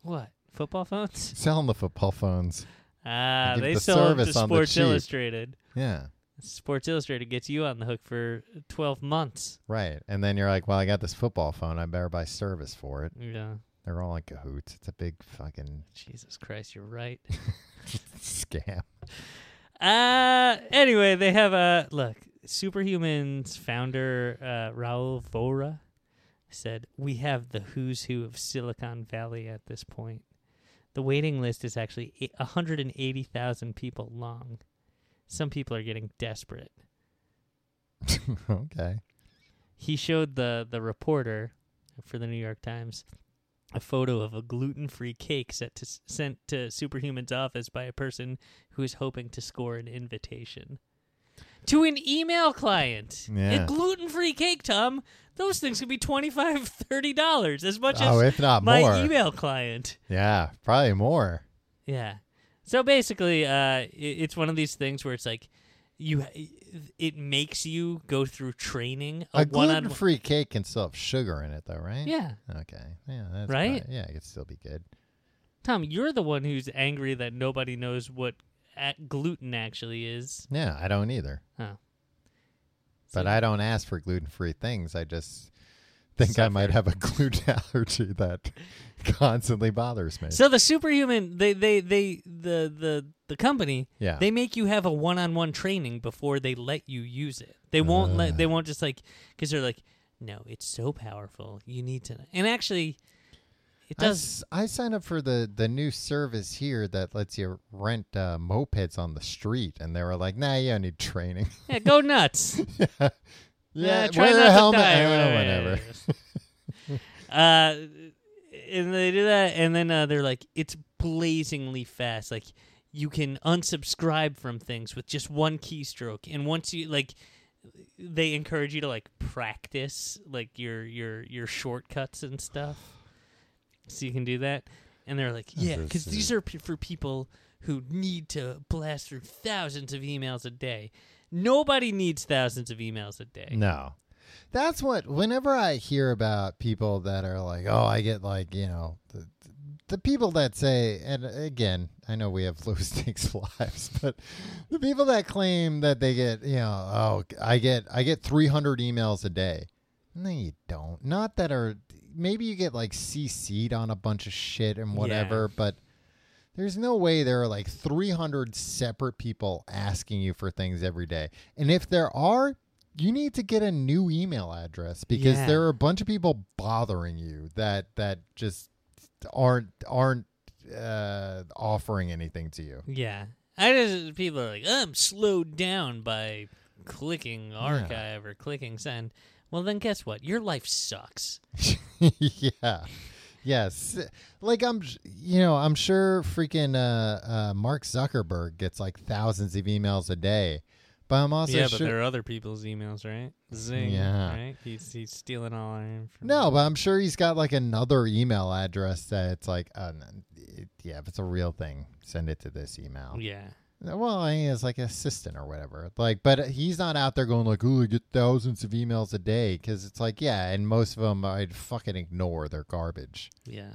C: What football
B: *laughs*
C: phones? *laughs*
B: Selling the football phones.
C: Ah,
B: give
C: they
B: it the
C: sold to
B: service on the
C: Sports
B: cheap.
C: Illustrated.
B: Yeah.
C: Sports Illustrated gets you on the hook for twelve months.
B: Right. And then you're like, well, I got this football phone. I better buy service for it.
C: Yeah,
B: They're all in cahoots. It's a big fucking *laughs*
C: Jesus Christ, you're right.
B: scam. *laughs*
C: Uh anyway, they have a look. Superhumans founder uh, Raul Vora said, "We have the who's who of Silicon Valley at this point. The waiting list is actually e- 180,000 people long. Some people are getting desperate."
B: okay.
C: He showed the the reporter for the New York Times a photo of a gluten-free cake set to, sent to Superhuman's office by a person who is hoping to score an invitation to an email client.
B: Yeah.
C: A gluten-free cake, Tom. Those things could be 25 30 dollars as much
B: Oh,
C: as
B: if not
C: my
B: more.
C: email client.
B: Yeah, probably more.
C: Yeah. So basically, uh, i- it's one of these things where it's like you, it makes you go through training.
B: A,
C: one-on-one-
B: gluten-free cake can still have sugar in it, though, right?
C: Yeah.
B: Okay. Yeah. That's
C: Right?
B: probably- yeah, it could still be good.
C: Tom, you're the one who's angry that nobody knows what a- gluten actually is.
B: Yeah, I don't either.
C: Oh.
B: But I don't ask for gluten free things. I
C: *laughs*
B: just think I might have a gluten *laughs* allergy that constantly bothers me.
C: So the superhuman, they, they, they, the, the, the company,
B: yeah.
C: they make you have a one-on-one training before they let you use it. They won't let, they won't just like, because they're like, no, it's so powerful. You need to, and actually, it
B: I,
C: does.
B: s- I signed up for the, the new service here that lets you rent uh, mopeds on the street, and they were like, nah, you don't need training. *laughs*
C: yeah, go nuts.
B: yeah,
C: try
B: wear
C: not
B: a
C: to
B: helmet.
C: die,
B: eh,
C: whatever.
B: whatever.
C: *laughs* uh, and they do that, and then uh, they're like, it's blazingly fast. Like you can unsubscribe from things with just one keystroke, and once you like, they encourage you to like practice like your your your shortcuts and stuff, so you can do that. And they're like, yeah,
B: is
C: because
B: the-
C: these are p- for people who need to blast through thousands of emails a day. Nobody needs thousands of emails a day.
B: No. That's what, whenever I hear about people that are like, oh, I get like, you know, the, the people that say, and again, I know we have *laughs* low stakes lives, but the people that claim that they get, you know, oh, I get, I get 300 emails a day. No, you don't. Not that are, maybe you get like CC'd on a bunch of shit and whatever, but there's no way there are like 300 separate people asking you for things every day. And if there are, you need to get a new email address because
C: Yeah.
B: there are a bunch of people bothering you that that just aren't aren't uh, offering anything to you. *laughs*
C: Yeah. I just people are like, I'm slowed down by clicking archive or clicking send. Well then guess what? Your life sucks.
B: yeah. Yes. Like I'm you know, I'm sure freaking uh, uh Mark Zuckerberg gets like thousands of emails a day. But I'm also
C: yeah, but
B: sure.
C: there are other people's emails, right? Zing.
B: Yeah.
C: Right? He's, he's stealing all our information.
B: No, but I'm sure he's got like another email address that it's like, uh, n- it- yeah, if it's a real thing, send it to this email.
C: Yeah.
B: Well, I mean, it's like assistant or whatever. Like, but he's not out there going like, "Ooh, I get thousands of emails a day," because it's like, yeah, and most of them I'd fucking ignore. They're garbage.
C: Yeah.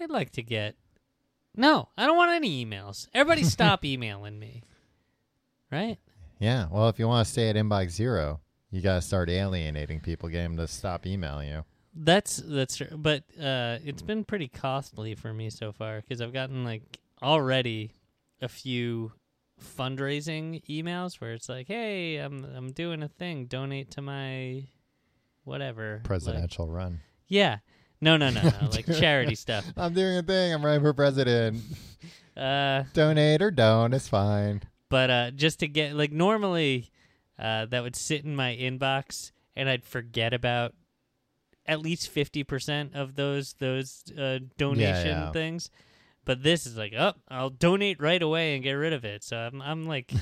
C: I'd like to get. No, I don't want any emails.
B: *laughs*
C: Everybody stop emailing me. Right?
B: Yeah. Well, if you want to stay at inbox zero, you gotta start alienating people, get them to stop emailing you.
C: That's that's true. But uh, it's been pretty costly for me so far because I've gotten like already a few fundraising emails where it's like, "Hey, I'm I'm doing a thing. Donate to my whatever like-
B: Presidential run.
C: yeah. No, no, no, no. like charity stuff.
B: I'm doing a thing. I'm running for president.
C: Uh,
B: Donate or don't, it's fine.
C: but uh, just to get like normally uh, that would sit in my inbox and i'd forget about at least 50% of those those uh, donation
B: yeah.
C: things but this is like oh i'll donate right away and get rid of it so i'm,
B: *laughs*
C: I'm like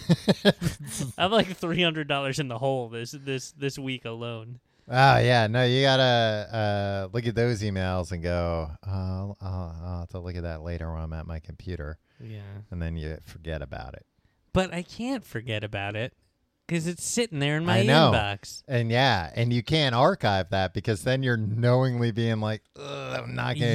C: i'm like $300 in the hole this this this week alone
B: Oh yeah, no, you gotta uh, look at those emails and go. Uh, I'll, I'll, I'll have to look at that later when I'm at my computer,
C: yeah
B: and then you forget about it.
C: but i can't forget about it because it's sitting there in my
B: I know.
C: inbox
B: And yeah, and you can't archive that because then you're knowingly being like, Ugh, I'm not gonna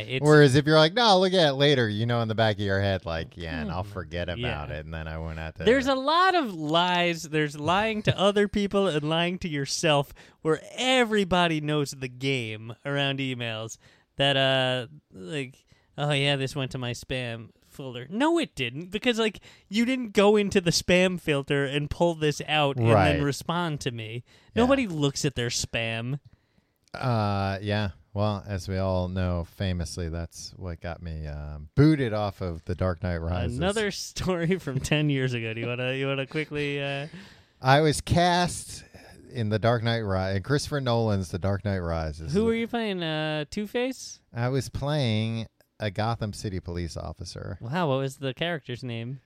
B: do
C: it's
B: this. Whereas if you're like, no, I'll look at it later, you know, in the back of your head, like, yeah, and I'll
C: Mm,
B: forget about
C: yeah.
B: it, and then I won't have to.
C: There's a lot of lies. There's lying to other people and lying to yourself where everybody knows the game around emails that uh like oh yeah, this went to my spam folder. No it didn't because like you didn't go into the spam filter and pull this out and
B: Right.
C: then respond to me.
B: Yeah.
C: Nobody looks at their spam.
B: Uh, yeah. Well, as we all know, famously, that's what got me um, booted off of the Dark Knight Rises.
C: Another story from 10 years ago. Do you want to you want to quickly uh
B: I was cast in The Dark Knight Rise, in Christopher Nolan's The Dark Knight Rises.
C: who were you playing uh Two-Face?
B: I was playing a Gotham City police officer,
C: Wow, what was the character's name?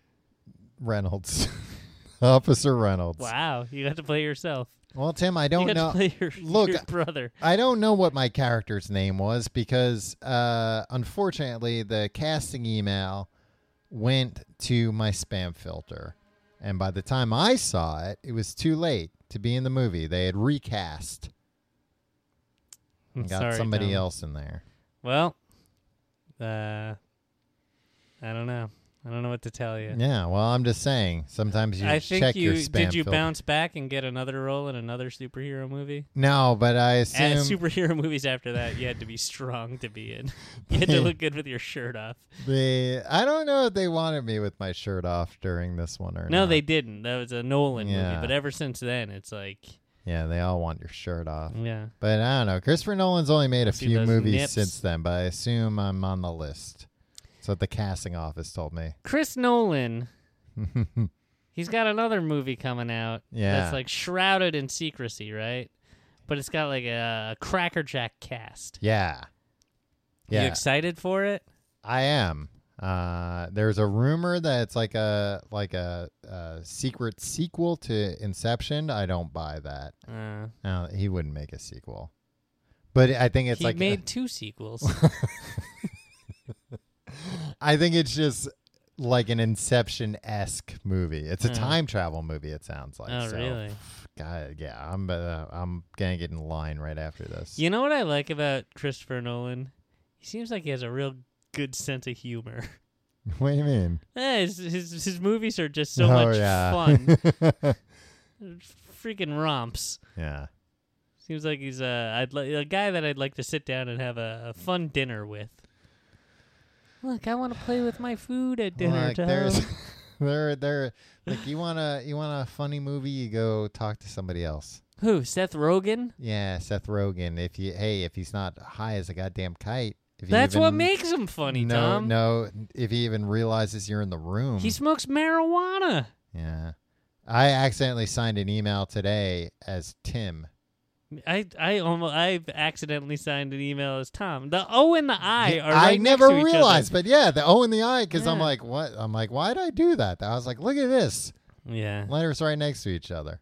B: Reynolds. *laughs* officer Reynolds. *laughs*
C: Wow, you got to play yourself.
B: Well, Tim, I
C: you
B: don't
C: got
B: know.
C: To play your, *laughs*
B: Look,
C: your brother.
B: I don't know what my character's name was because, uh, unfortunately, the casting email went to my spam filter. And by the time I saw it, it was too late to be in the movie. They had recast
C: I'm
B: and got
C: sorry,
B: somebody
C: Tom.
B: else in there.
C: Well, uh, I don't know. I don't know what to tell you.
B: Yeah, well, I'm just saying. Sometimes you
C: I think
B: check
C: you
B: your spam
C: did. You
B: filter.
C: bounce back and get another role in another superhero movie.
B: No, but I
C: And
B: assume
C: superhero *laughs* movies after that, you had to be strong to be in. *laughs* You
B: *laughs*
C: had to look good with your shirt off.
B: they. I don't know if they wanted me with my shirt off during this one or
C: No,
B: not.
C: they didn't. That was a Nolan
B: Yeah.
C: movie. But ever since then, it's like,
B: Yeah, they all want your shirt off.
C: yeah.
B: But I don't know. Christopher Nolan's only made a
C: See
B: few
C: those
B: movies
C: nips.
B: since then, but I assume I'm on the list. That's what the casting office told me.
C: Chris
B: *laughs*
C: Nolan. He's got another movie coming out.
B: Yeah.
C: That's like shrouded in secrecy, right? But it's got like a, crackerjack cast.
B: yeah.
C: You
B: Yeah.
C: excited for it?
B: I am. Uh, there's a rumor that it's like a like a, a secret sequel to Inception. I don't buy that.
C: Uh,
B: No, he wouldn't make a sequel. But I think it's
C: he
B: like
C: made two sequels.
B: *laughs* I think it's just like an Inception esque movie. It's a
C: Oh.
B: time travel movie. It sounds like.
C: Oh,
B: so,
C: really?
B: pff, God, yeah. I'm uh, I'm gonna get in line right after this.
C: you know what I like about Christopher Nolan? He seems like he has a real good sense of humor.
B: *laughs*
C: *laughs*
B: what do you mean?
C: Eh, his, his, his movies are just so
B: oh
C: much
B: yeah. *laughs*
C: fun. Freaking romps.
B: yeah.
C: Seems like he's a, I'd li- a guy that I'd like to sit down and have a, a fun dinner with. Look, I want to play with my food at dinner
B: Look,
C: Tom. *laughs*
B: there's *laughs* there there like you want a you want a funny movie. You go talk to somebody else.
C: Who? Seth Rogen?
B: Yeah, Seth Rogen. If you hey, if he's not high as a goddamn kite. If he
C: That's what
B: even-
C: makes him funny,
B: no,
C: Tom.
B: No, if he even realizes you're in the room.
C: He smokes marijuana.
B: yeah. I accidentally signed an email today as Tim.
C: I I almost I accidentally signed an email as Tom. The O and the I
B: Yeah,
C: are right
B: I
C: next
B: never
C: to each other.
B: realized, but yeah, oh, the O and the I, because I'm
C: Yeah.
B: like, what? I'm like, why'd I do that? I was like, look at this.
C: Yeah.
B: Letters right next to each other.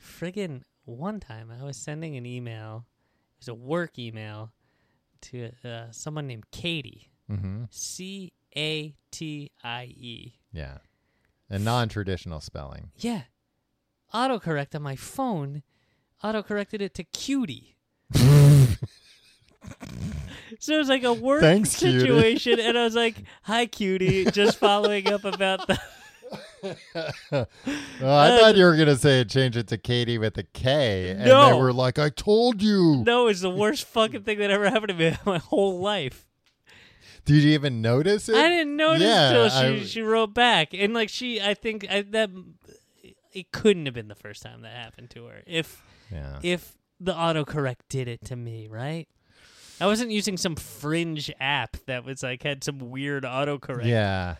C: friggin' one time I was sending an email. It was a work email to uh, someone named Katie.
B: Mm-hmm.
C: C A T I E.
B: Yeah. And non-traditional spelling.
C: Yeah. Autocorrect on my phone autocorrected it to cutie. *laughs* so it was like a work
B: Thanks, cutie.
C: situation, and I
B: *laughs*
C: was like, "Hi, cutie," just following up about the.
B: Oh, I
C: Uh,
B: thought you were gonna say change it to Katie with a K, and they
C: No.
B: were like, "I told you."
C: No, it's the worst fucking thing that ever happened to me in my whole life.
B: Did you even notice it?
C: I didn't notice
B: Yeah,
C: till she
B: I-
C: she wrote back, and like she, I think I, that it couldn't have been the first time that happened to her. If
B: Yeah.
C: if the autocorrect did it to me, right? I wasn't using some fringe app that was like had some weird autocorrect.
B: Yeah.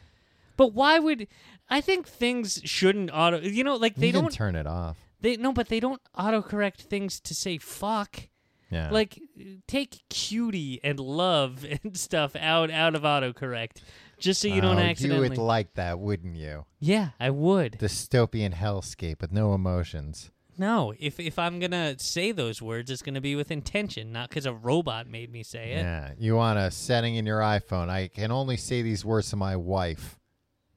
C: But why would I think things shouldn't auto? You know, like they
B: you
C: don't.
B: can turn it off.
C: they no, but they don't autocorrect things to say fuck.
B: Yeah.
C: Like take cutie and love *laughs* and stuff out out of autocorrect, just so you don't
B: Oh,
C: accidentally.
B: You would like that, wouldn't you?
C: yeah, I would.
B: Dystopian hellscape with no emotions.
C: No, if if I'm gonna say those words, it's gonna be with intention, not because a robot made me say it.
B: Yeah. You want a setting in your iPhone. I can only say these words to my wife.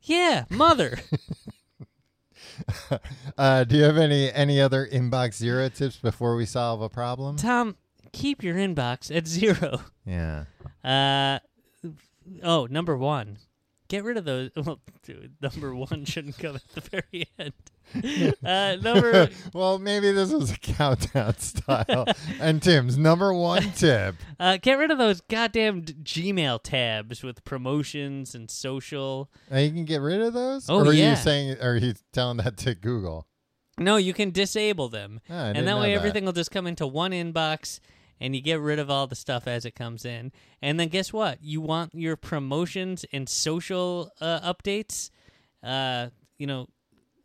C: Yeah, mother. *laughs*
B: Uh, do you have any any other inbox zero tips before we solve a problem?
C: Tom, keep your inbox at zero.
B: Yeah.
C: Uh, oh, number one, get rid of those. *laughs* Well, dude, number one shouldn't come at the very end. Uh, number
B: *laughs* well, maybe this was a countdown *laughs* style. and Tim's number one tip.
C: Uh, get rid of those goddamn d- Gmail tabs with promotions and social.
B: Uh, you can get rid of those?
C: Oh,
B: or are
C: yeah.
B: you saying are you telling that to Google?
C: No, you can disable them.
B: Ah, I didn't
C: and that
B: know
C: way everything will just come into one inbox and you get rid of all the stuff as it comes in. And then guess what? You want your promotions and social uh, updates, uh, you know,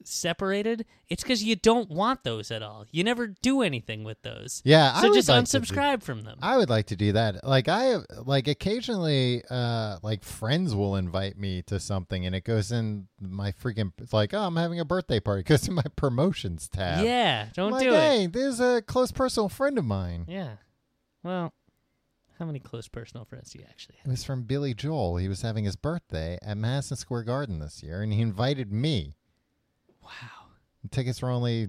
C: separated. It's because you don't want those at all. You never do anything with those.
B: Yeah, I
C: So
B: would
C: just
B: like to do-
C: unsubscribe from them.
B: I would like to do that. Like I like occasionally uh like friends will invite me to something and it goes in my freaking it's like, "Oh, I'm having a birthday party." *laughs* It goes in my promotions tab.
C: yeah, don't
B: I'm like,
C: do it.
B: hey, there's a close personal friend of mine.
C: Yeah. Well, how many close personal friends do you actually have?
B: It was from Billy Joel. He was having his birthday at Madison Square Garden this year and he invited me.
C: Wow.
B: Tickets were only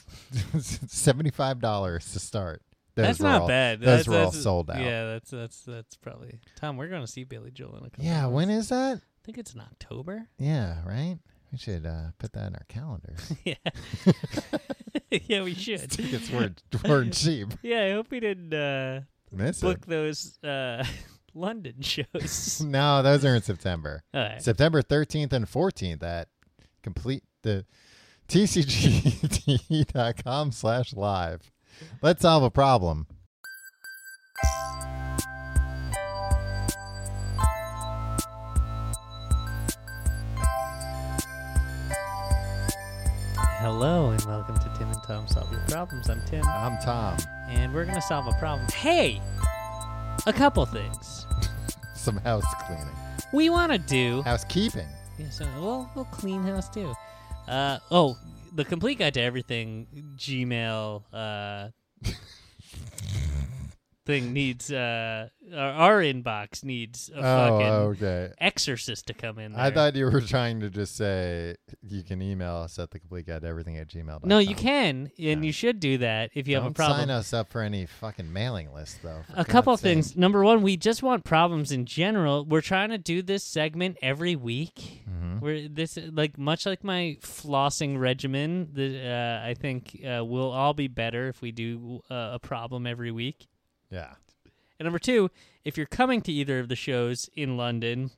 B: *laughs* seventy-five dollars to start. Those
C: that's
B: were
C: not
B: all-
C: bad.
B: Those
C: that's,
B: were all
C: that's-
B: sold out.
C: Yeah, that's that's that's probably Tom. We're going to see Billy Joel in a couple.
B: Yeah,
C: of
B: when
C: months.
B: is that?
C: I think it's in October. *laughs*
B: Yeah, right. We should uh, put that in our calendars.
C: yeah. yeah, we *laughs*
B: *laughs*
C: should.
B: Tickets weren't
C: *laughs*
B: weren't cheap.
C: Yeah, I hope we didn't uh,
B: Miss it.
C: book those uh, *laughs*
B: *laughs*
C: London shows.
B: No, those are in September.
C: All right.
B: September thirteenth and fourteenth at complete the tcgt.com E slash live. Let's solve a problem.
C: Hello and welcome to Tim and Tom Solve Your Problems. I'm Tim,
B: I'm Tom.
C: and we're gonna solve a problem. Hey, a couple things
B: Some house cleaning,
C: we want to do.
B: housekeeping.
C: Yeah, so we'll, we'll clean house too. Uh, oh, the complete guide to everything Gmail uh, thing needs uh, our, our inbox needs a
B: Oh,
C: fucking
B: okay.
C: exorcist to come in. There.
B: I thought you were trying to just say you can email us at the complete guide to everything at gmail.
C: no, you can and
B: Yeah.
C: you should do that if you
B: Don't
C: have a problem.
B: sign us up for any fucking mailing list, though. for
C: a couple
B: God's
C: things.
B: sake.
C: Number one, we just want problems in general. We're trying to do this segment every week.
B: Mm-hmm.
C: We're this like much like my flossing regimen. The, uh, I think uh, we'll all be better if we do uh, a problem every week.
B: Yeah.
C: And number two, if you're coming to either of the shows in London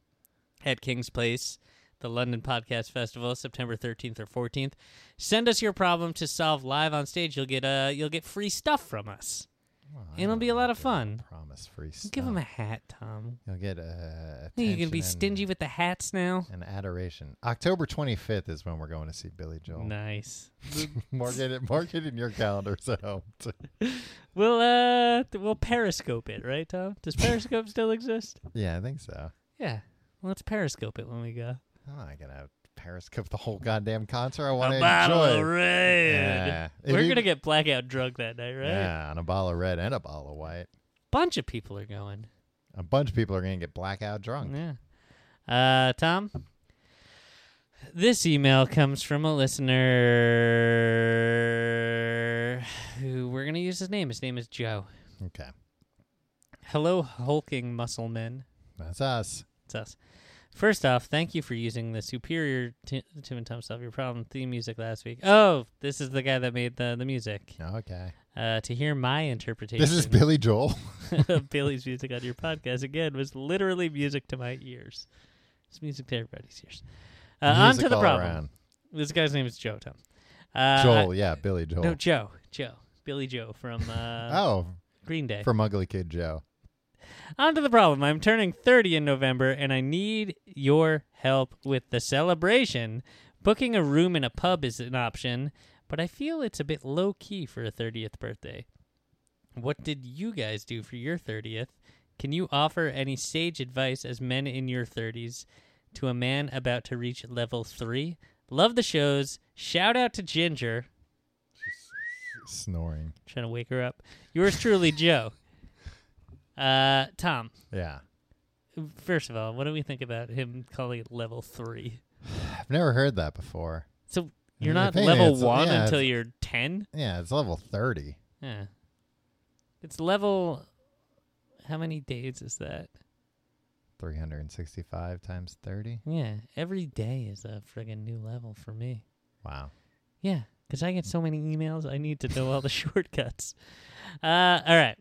C: at King's Place, the London Podcast Festival, September 13th or 14th, send us your problem to solve live on stage. You'll get uh, you'll get free stuff from us.
B: Well, I
C: It'll
B: don't
C: be a lot of
B: give
C: fun.
B: Promise free stuff.
C: Give him a hat, Tom.
B: You'll get uh, a.
C: Hey, you gonna be stingy with the hats now?
B: And adoration. October 25th is when we're going to see Billy Joel.
C: Nice.
B: *laughs* mark it, mark it in your calendars at home. too.
C: We'll uh, th- we'll Periscope it, right, Tom?
B: *laughs*
C: Does Periscope still exist?
B: Yeah, I think so.
C: Yeah. Let's Periscope it when we go.
B: I'm not gonna Periscope the whole goddamn concert. I want
C: a
B: to
C: bottle
B: enjoy.
C: of
B: it.
C: red.
B: Yeah. If
C: We're
B: you-
C: gonna get blackout drunk that night, right?
B: Yeah, on a bottle of red and a bottle of white.
C: Bunch of people are going.
B: A bunch of people are gonna get blackout drunk.
C: Yeah. Uh, Tom, this email comes from a listener who we're going to use his name. His name is Joe.
B: Okay,
C: Hello, hulking muscle men.
B: that's us.
C: It's us. First off, thank you for using the superior Ti- Tim and Tom Solve Your Problem theme music last week. Oh, this is the guy that made the, the music.
B: Okay,
C: Uh, to hear my interpretation
B: this is Billy Joel.
C: *laughs* of Billy's music on your podcast again was literally music to my ears. It's music to everybody's ears. Uh, on
B: Music
C: to the
B: all
C: problem.
B: around.
C: This guy's name is Joe. Tom. Uh,
B: Joel, yeah, Billy Joel.
C: No, Joe. Joe. Billy Joe from uh,
B: *laughs* oh,
C: Green Day.
B: from Ugly Kid Joe.
C: On to the problem. I'm turning 30 in November, and I need your help with the celebration. Booking a room in a pub is an option, but I feel it's a bit low key for a 30th birthday. What did you guys do for your 30th? Can you offer any sage advice as men in your 30s to a man about to reach level 3? Love the shows. Shout out to Ginger.
B: Snoring.
C: Trying to wake her up. Yours truly, Joe. Uh, Tom.
B: Yeah,
C: First of all, what do we think about him calling it level three?
B: I've never heard that before.
C: So you're
B: I
C: not
B: think
C: level
B: it's-
C: one
B: yeah,
C: until
B: it's-
C: you're ten.
B: Yeah, it's level thirty.
C: Yeah, it's level. How many days is that?
B: 365 times 30.
C: Yeah, every day is a friggin' new level for me.
B: Wow.
C: Yeah, because I get so many emails, I need to know all the *laughs* shortcuts. Uh, all right,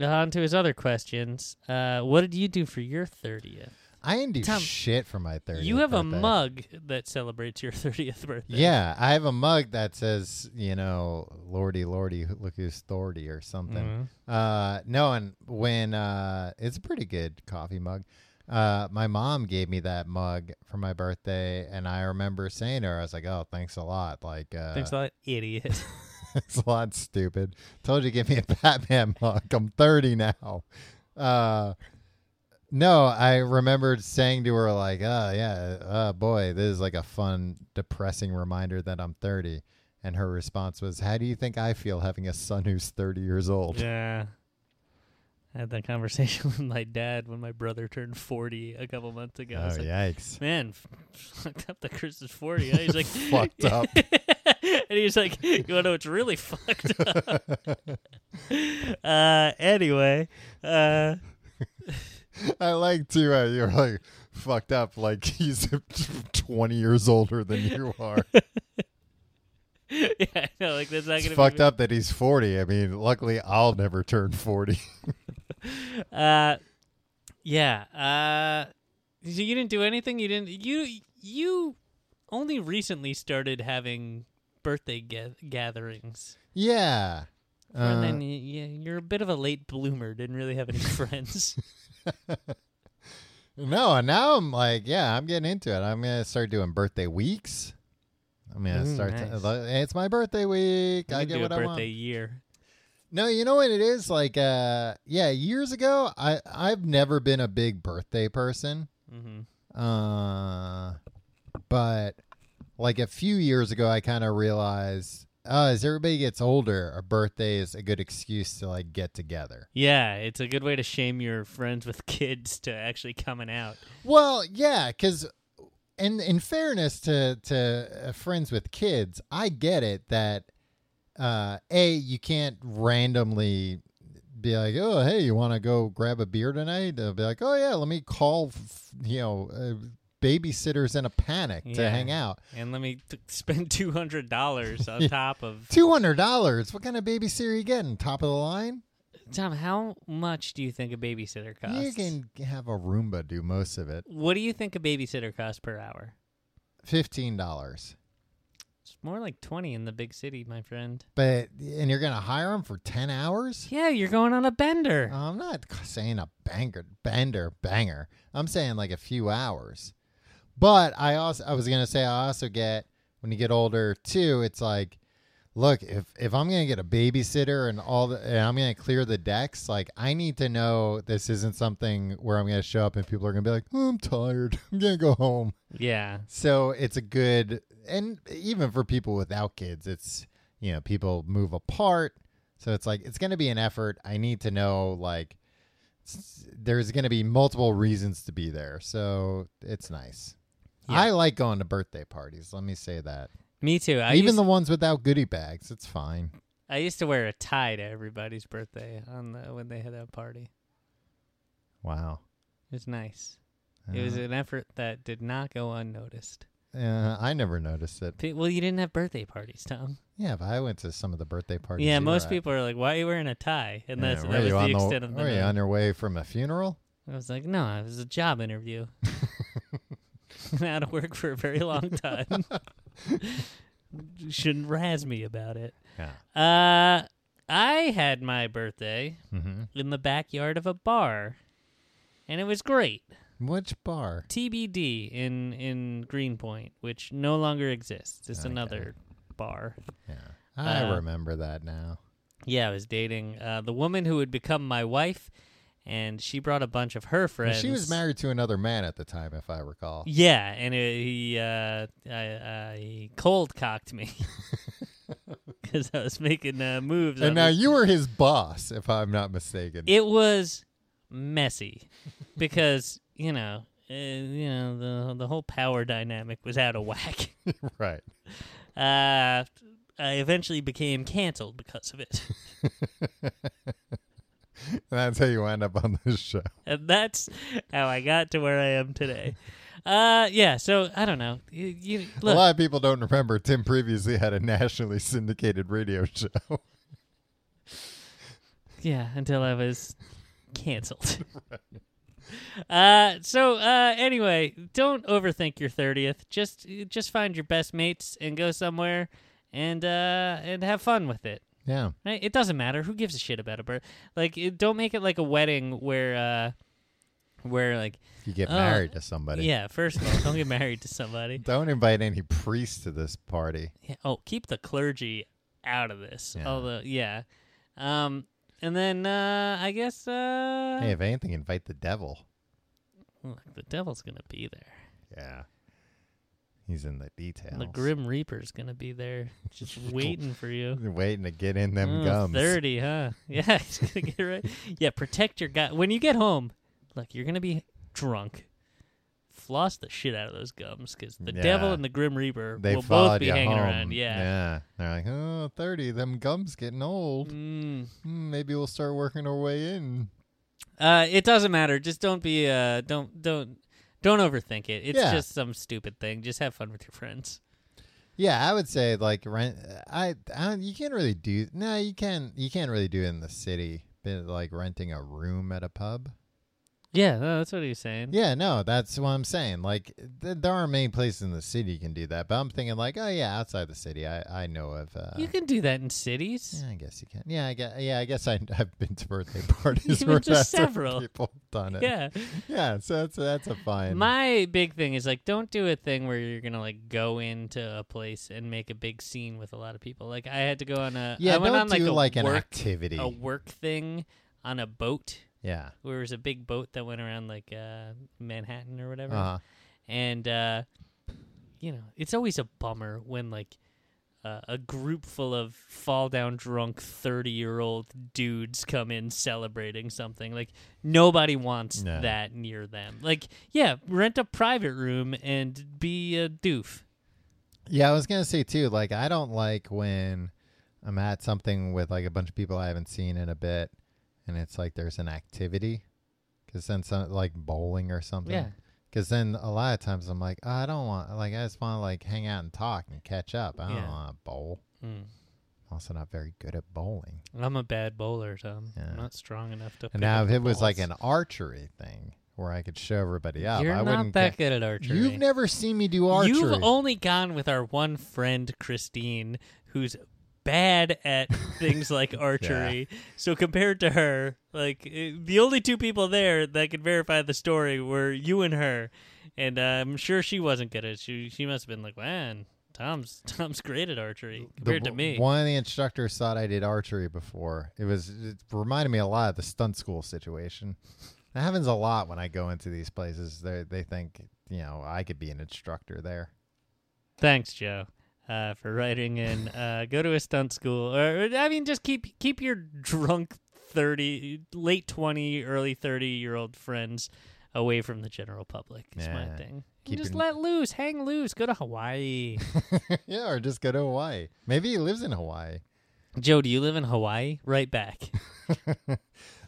C: on to his other questions. Uh, what did you do for your thirtieth?
B: I didn't do
C: Tom,
B: shit for my 30th.
C: You have
B: birthday.
C: a mug that celebrates your *laughs* thirtieth birthday.
B: Yeah, I have a mug that says, you know, Lordy, Lordy, who- look who's thordy or something.
C: Mhm.
B: Uh, no, and when uh, it's a pretty good coffee mug. Uh, my mom gave me that mug for my birthday, and I remember saying to her, I was like, oh, thanks a lot. Like, uh,
C: Thanks a lot, idiot.
B: It's a lot stupid. Told you to give me a *laughs* Batman mug. I'm 30 now. Uh, no, I remembered saying to her like, "Oh yeah, uh, boy, this is like a fun, depressing reminder that I'm 30." And her response was, "How do you think I feel having a son who's 30 years old?"
C: Yeah. I had that conversation *laughs* with my dad when my brother turned 40 a couple months ago. I
B: oh
C: was like, *laughs*
B: yikes!
C: man, f- fucked up that Chris is 40. Huh? He's like,
B: *laughs*
C: *laughs*
B: Fucked up.
C: and he's like, you want to know what's really fucked up? *laughs* uh, anyway, uh, *laughs*
B: I like to. Uh, you're like fucked up. Like *laughs* he's 20 years older than you
C: *laughs*
B: are.
C: yeah, I know, like, that's not
B: it's
C: going to
B: fucked up that he's 40. I mean, luckily I'll never turn 40.
C: Uh, yeah. Uh, so you didn't do anything. You didn't. You you only recently started having birthday ga- gatherings,
B: Yeah.
C: and
B: Uh,
C: then you, you're a bit of a late bloomer. Didn't really have any *laughs*
B: *laughs*
C: friends.
B: no, and now I'm like, yeah, I'm getting into it. I'm gonna start doing birthday weeks. I'm gonna
C: Ooh,
B: start. to-
C: nice.
B: like, it's my birthday week.
C: You
B: I
C: can
B: get
C: do
B: what
C: a
B: I
C: birthday
B: want.
C: year.
B: No, you know what it is like. Uh, yeah, years ago, I I've never been a big birthday person.
C: Mm-hmm.
B: Uh, but like a few years ago, I kind of realized. Uh, as everybody gets older, a birthday is a good excuse to like get together.
C: Yeah, it's a good way to shame your friends with kids to actually coming out.
B: Well, yeah, because in in fairness to to uh, friends with kids, I get it that uh, a you can't randomly be like, oh hey, you want to go grab a beer tonight? They'll be like, oh yeah, let me call f- you know uh, babysitters in a panic to
C: Yeah.
B: hang out.
C: And let me t- spend two hundred
B: *laughs*
C: dollars on top of
B: Two hundred dollars. What kind of babysitter you getting? Top of the line.
C: Tom. How much do you think a babysitter costs?
B: You can have a Roomba do most of it.
C: What do you think a babysitter costs per hour?
B: Fifteen dollars.
C: It's more like 20 in the big city, my friend.
B: But and you're gonna hire them for ten hours?
C: Yeah, you're going on a bender.
B: Uh, I'm not saying a banger, bender, banger. I'm saying like a few hours. But I also, I was gonna say, I also get when you get older too. It's like, look, if if I'm gonna get a babysitter and all, the, and I'm gonna clear the decks, like I need to know this isn't something where I'm gonna show up and people are gonna be like, oh, I'm tired, *laughs* I'm gonna go home.
C: Yeah.
B: So it's a good, and even for people without kids, it's you know people move apart, so it's like it's gonna be an effort. I need to know like s- there's gonna be multiple reasons to be there, so it's nice.
C: Yeah.
B: I like going to birthday parties. Let me say that.
C: Me too. I
B: Even
C: used,
B: the ones without goodie bags, it's fine.
C: I used to wear a tie to everybody's birthday on the, when they had that party.
B: Wow.
C: It was nice. It was
B: Uh,
C: an effort that did not go unnoticed.
B: uh, I never noticed it.
C: Pe- Well, you didn't have birthday parties, Tom.
B: Yeah, but I went to some of the birthday parties.
C: yeah,
B: you
C: most
B: were at.
C: people are like, "Why are you wearing a tie?" And
B: Yeah,
C: that's
B: were
C: that was
B: you
C: the
B: on
C: extent of the.
B: Were you
C: note.
B: on your way from a funeral?
C: I was like, "No, it was a
B: *laughs*
C: job interview." *laughs* Been out of work for a very long time. *laughs* You Shouldn't razz me about it.
B: Yeah.
C: Uh, I had my birthday
B: hmm
C: in the backyard of a bar, and it was great.
B: Which bar?
C: TBD in in Greenpoint, which no longer exists. It's
B: Okay.
C: another bar.
B: Yeah. I
C: Uh,
B: remember that now.
C: Yeah, I was dating uh, the woman who would become my wife, and she brought a bunch of her
B: Well,
C: friends.
B: She was married to another man at the time, if I recall.
C: Yeah, and it, he uh, I, uh, he cold cocked me *laughs* because I was making uh, moves. on
B: And now
C: this.
B: you were his boss, if I'm not mistaken.
C: it was messy because you know. Uh, you know the the whole power dynamic was out of whack.
B: *laughs* right.
C: Uh, I eventually became canceled because of it, *laughs*
B: That's how you end up on this show.
C: and that's how I got to where I am today. Uh, yeah. So I don't know. You, you
B: A
C: look.
B: lot of people don't remember Tim previously had a nationally syndicated radio *laughs* show.
C: Yeah, until I was canceled. *laughs* Uh, so uh, anyway, don't overthink your thirtieth. Just just find your best mates and go somewhere and uh and have fun with it.
B: yeah.
C: Right? It doesn't matter. Who gives a shit about a birth? Like, it, don't make it like a wedding where uh where like
B: You get
C: Oh,
B: married to somebody.
C: yeah. First of all, don't get married
B: *laughs*
C: to somebody.
B: Don't invite any priests to this party.
C: Yeah, oh, keep the clergy out of this.
B: Yeah.
C: Although, yeah. Um, and then uh I guess uh
B: Hey, if anything, invite the devil.
C: Look, the devil's gonna be there.
B: Yeah. He's in the details.
C: The Grim Reaper's gonna be there,
B: *laughs*
C: just waiting for you.
B: Waiting to get in them
C: Oh,
B: gums.
C: Thirty, huh? *laughs* Yeah, he's gonna get right. Yeah, protect your gut when you get home. Look, you're gonna be drunk. Floss the shit out of those gums, because the devil
B: Yeah.
C: and the Grim Reaper
B: They
C: will
B: followed
C: both be
B: you
C: hanging
B: home.
C: around. Yeah.
B: Yeah. They're like, oh, 30, them gums getting old.
C: Mm.
B: Hmm, maybe we'll start working our way in.
C: Uh, it doesn't matter. Just don't be. Uh, don't don't don't overthink it. It's
B: Yeah.
C: just some stupid thing. Just have fun with your friends.
B: Yeah, I would say like rent. I, I you can't really do. No, you can. You can't really do it in the city. Been like renting a room at a pub.
C: Yeah, no, that's what he was saying.
B: Yeah, no, that's what I'm saying. Like, th- there are many places in the city you can do that, but I'm thinking like, oh yeah, outside the city, I I know of. Uh,
C: You can do that in cities.
B: yeah, I guess you can. Yeah, I guess. Yeah, I guess I, *laughs* I've been to birthday *laughs* parties
C: You've
B: where
C: been to
B: that's what
C: several.
B: people have done it.
C: yeah.
B: yeah. So that's that's a fine.
C: My big thing is like, don't do a thing where you're gonna like go into a place and make a big scene with a lot of people. Like I had to go on a
B: yeah,
C: I went
B: don't
C: on like
B: do
C: a
B: like an
C: work
B: activity.
C: a work thing on a boat.
B: yeah.
C: Where there was a big boat that went around like uh, Manhattan or whatever,
B: Uh-huh.
C: and uh, you know it's always a bummer when like uh, a group full of fall down drunk thirty year old dudes come in celebrating something. Like nobody wants
B: No.
C: that near them. Like yeah, rent a private room and be a doof.
B: Yeah, I was gonna say too. Like, I don't like when I'm at something with like a bunch of people I haven't seen in a bit, and it's like there's an activity, because then some like bowling or something.
C: Yeah.
B: Because then a lot of times I'm like, oh, I don't want like I just want to like hang out and talk and catch up. I don't
C: Yeah.
B: want to bowl.
C: Mm.
B: I'm also not very good at bowling.
C: I'm a bad bowler, Tom.
B: Yeah.
C: I'm not strong enough to.
B: And
C: pick
B: now
C: up
B: if
C: the
B: it was like
C: balls.
B: an archery thing where I could show everybody up,
C: you're
B: I
C: not
B: wouldn't.
C: that
B: get-
C: good at archery.
B: You've never seen me do archery.
C: You've only gone with our one friend Christine, who's bad at things like archery. So compared to her, like eh, the only two people there that could verify the story were you and her, and uh, I'm sure she wasn't good at it. She she must have been like, man, Tom's *laughs* Tom's great at archery compared
B: the,
C: to me.
B: One of the instructors thought I did archery before. It was it reminded me a lot of the stunt school situation. That happens a lot when I go into these places. They they think you know I could be an instructor there. *laughs*
C: Thanks, Joe, uh, for writing in. Uh, go to a stunt school, or I mean, just keep keep your drunk thirty, late twenty, early thirty year old friends away from the general public. Is my
B: Yeah.
C: thing.
B: Keep
C: just
B: your-
C: let loose, hang loose, go to Hawaii.
B: yeah, or just go to Hawaii. Maybe he lives in Hawaii. *laughs*
C: *laughs* Joe, do you live in Hawaii? Right *laughs* back.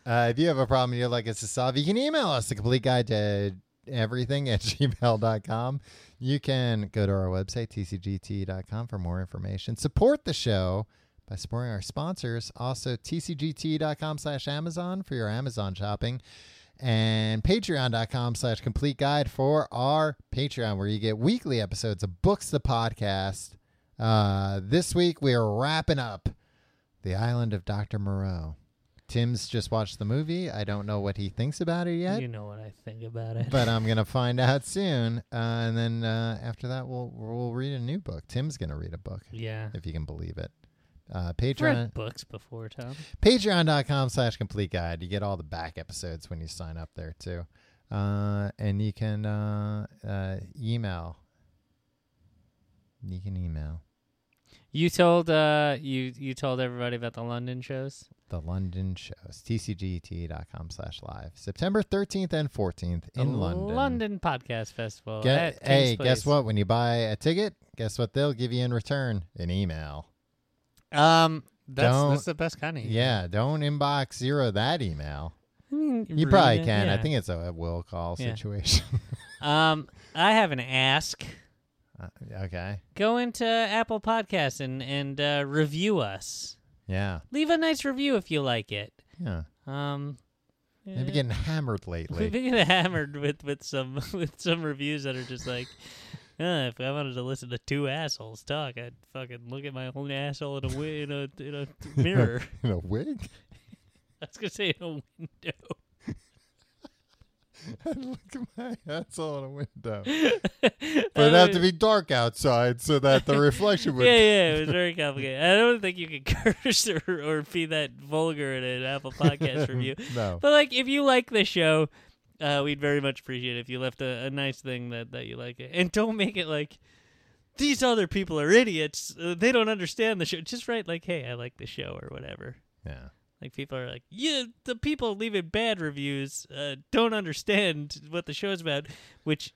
B: Uh, if you have a problem, you're like, it's a sob, you can email us, the complete guide to everything at *laughs* gmail.com. You can go to our website, tcgt.com, for more information. Support the show by supporting our sponsors. Also, tcgt.com slash Amazon for your Amazon shopping. And patreon.com slash complete guide for our Patreon, where you get weekly episodes of Books the Podcast. Uh, this week, we are wrapping up The Island of Dr. Moreau. Tim's just watched the movie. I don't know what he thinks about it yet
C: You know what I think about it.
B: but I'm gonna find out soon. Uh, and then uh, after that, we'll we'll read a new book. Tim's gonna read a book
C: yeah.
B: if you can believe it. Uh,
C: I've read
B: Patreon
C: books before, Tom.
B: patreon.com slash complete guide you get all the back episodes when you sign up there too uh, and you can uh, uh, email you can email
C: You told uh you you told everybody about the London shows.
B: the london shows E tcgt.com slash live september 13th and 14th in
C: the
B: london
C: London Podcast Festival.
B: Gue-
C: at King's
B: hey guess
C: Place.
B: what when you buy a ticket guess what they'll give you in return an email
C: Um, that's
B: Don't-
C: that's the best kind of email.
B: Yeah, don't inbox zero that email.
C: I mean,
B: You
C: read
B: probably
C: it,
B: can. I
C: yeah.
B: think it's a a will call
C: Yeah.
B: situation. *laughs*
C: Um, I have an ask.
B: Uh, okay.
C: Go into Apple Podcasts and and uh, review us.
B: Yeah.
C: Leave a nice review if you like it.
B: Yeah.
C: Um,
B: They've
C: yeah.
B: been
C: *laughs*
B: getting hammered
C: We've *laughs*
B: lately.
C: been getting hammered with with some *laughs* with some reviews that are just like, *laughs* uh, if I wanted to listen to two assholes talk, I'd fucking look at my own asshole in a wi- in a in
B: *laughs*
C: a mirror. *laughs*
B: In a wig? *laughs*
C: I was gonna say in a window.
B: I'd Look at my asshole in a
C: *laughs*
B: window.
C: That
B: But it'd
C: *laughs*
B: have
C: would-
B: to be dark outside so that the
C: *laughs*
B: reflection would.
C: yeah, yeah, it was very complicated. I don't think you could *laughs* curse or, or be that vulgar in an Apple
B: *laughs*
C: Podcast review.
B: No.
C: But like, if you like the show, uh, we'd very much appreciate it if you left a, a nice thing that that you like it, and don't make it like these other people are idiots. Uh, they don't understand the show. Just write like, "Hey, I like the show" or whatever.
B: Yeah. *laughs*
C: Like people are like, yeah, the people leaving bad reviews uh, don't understand what the show's about, which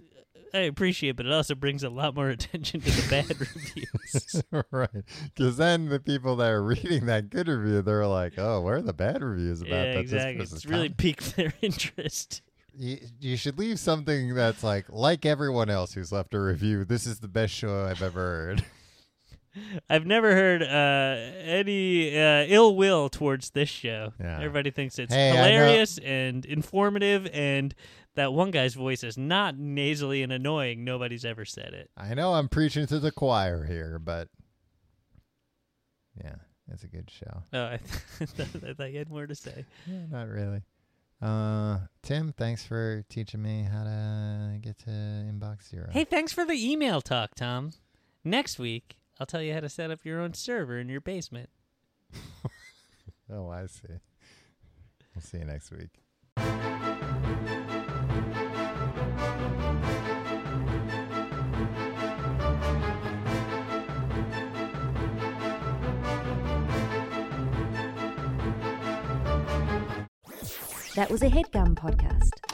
C: uh, I appreciate, but it also brings a lot more *laughs* attention to the bad *laughs* reviews.
B: right. Because then the people that are *laughs* reading that good review, they're like, oh, where are the bad reviews about that?
C: yeah,
B: this
C: exactly.
B: person's
C: It's really
B: comment?"
C: piqued *laughs* their interest.
B: you, you should leave something that's like, like everyone else who's left a review, this is the best show I've ever heard. *laughs*
C: I've never heard uh, any uh, ill will towards this show.
B: Yeah.
C: Everybody thinks it's
B: Hey, I know-
C: hilarious and informative, and that one guy's voice is not nasally and annoying. Nobody's ever said it.
B: I know I'm preaching to the choir here, but yeah, it's a good show.
C: Oh, I, *laughs* th- I thought you had more to say.
B: Yeah, not really. Uh, Tim, thanks for teaching me how to get to inbox zero.
C: Hey, thanks for the email talk, Tom. Next week, I'll tell you how to set up your own server in your basement.
B: Oh, I see. We'll see you next week.
A: That was a headgum podcast.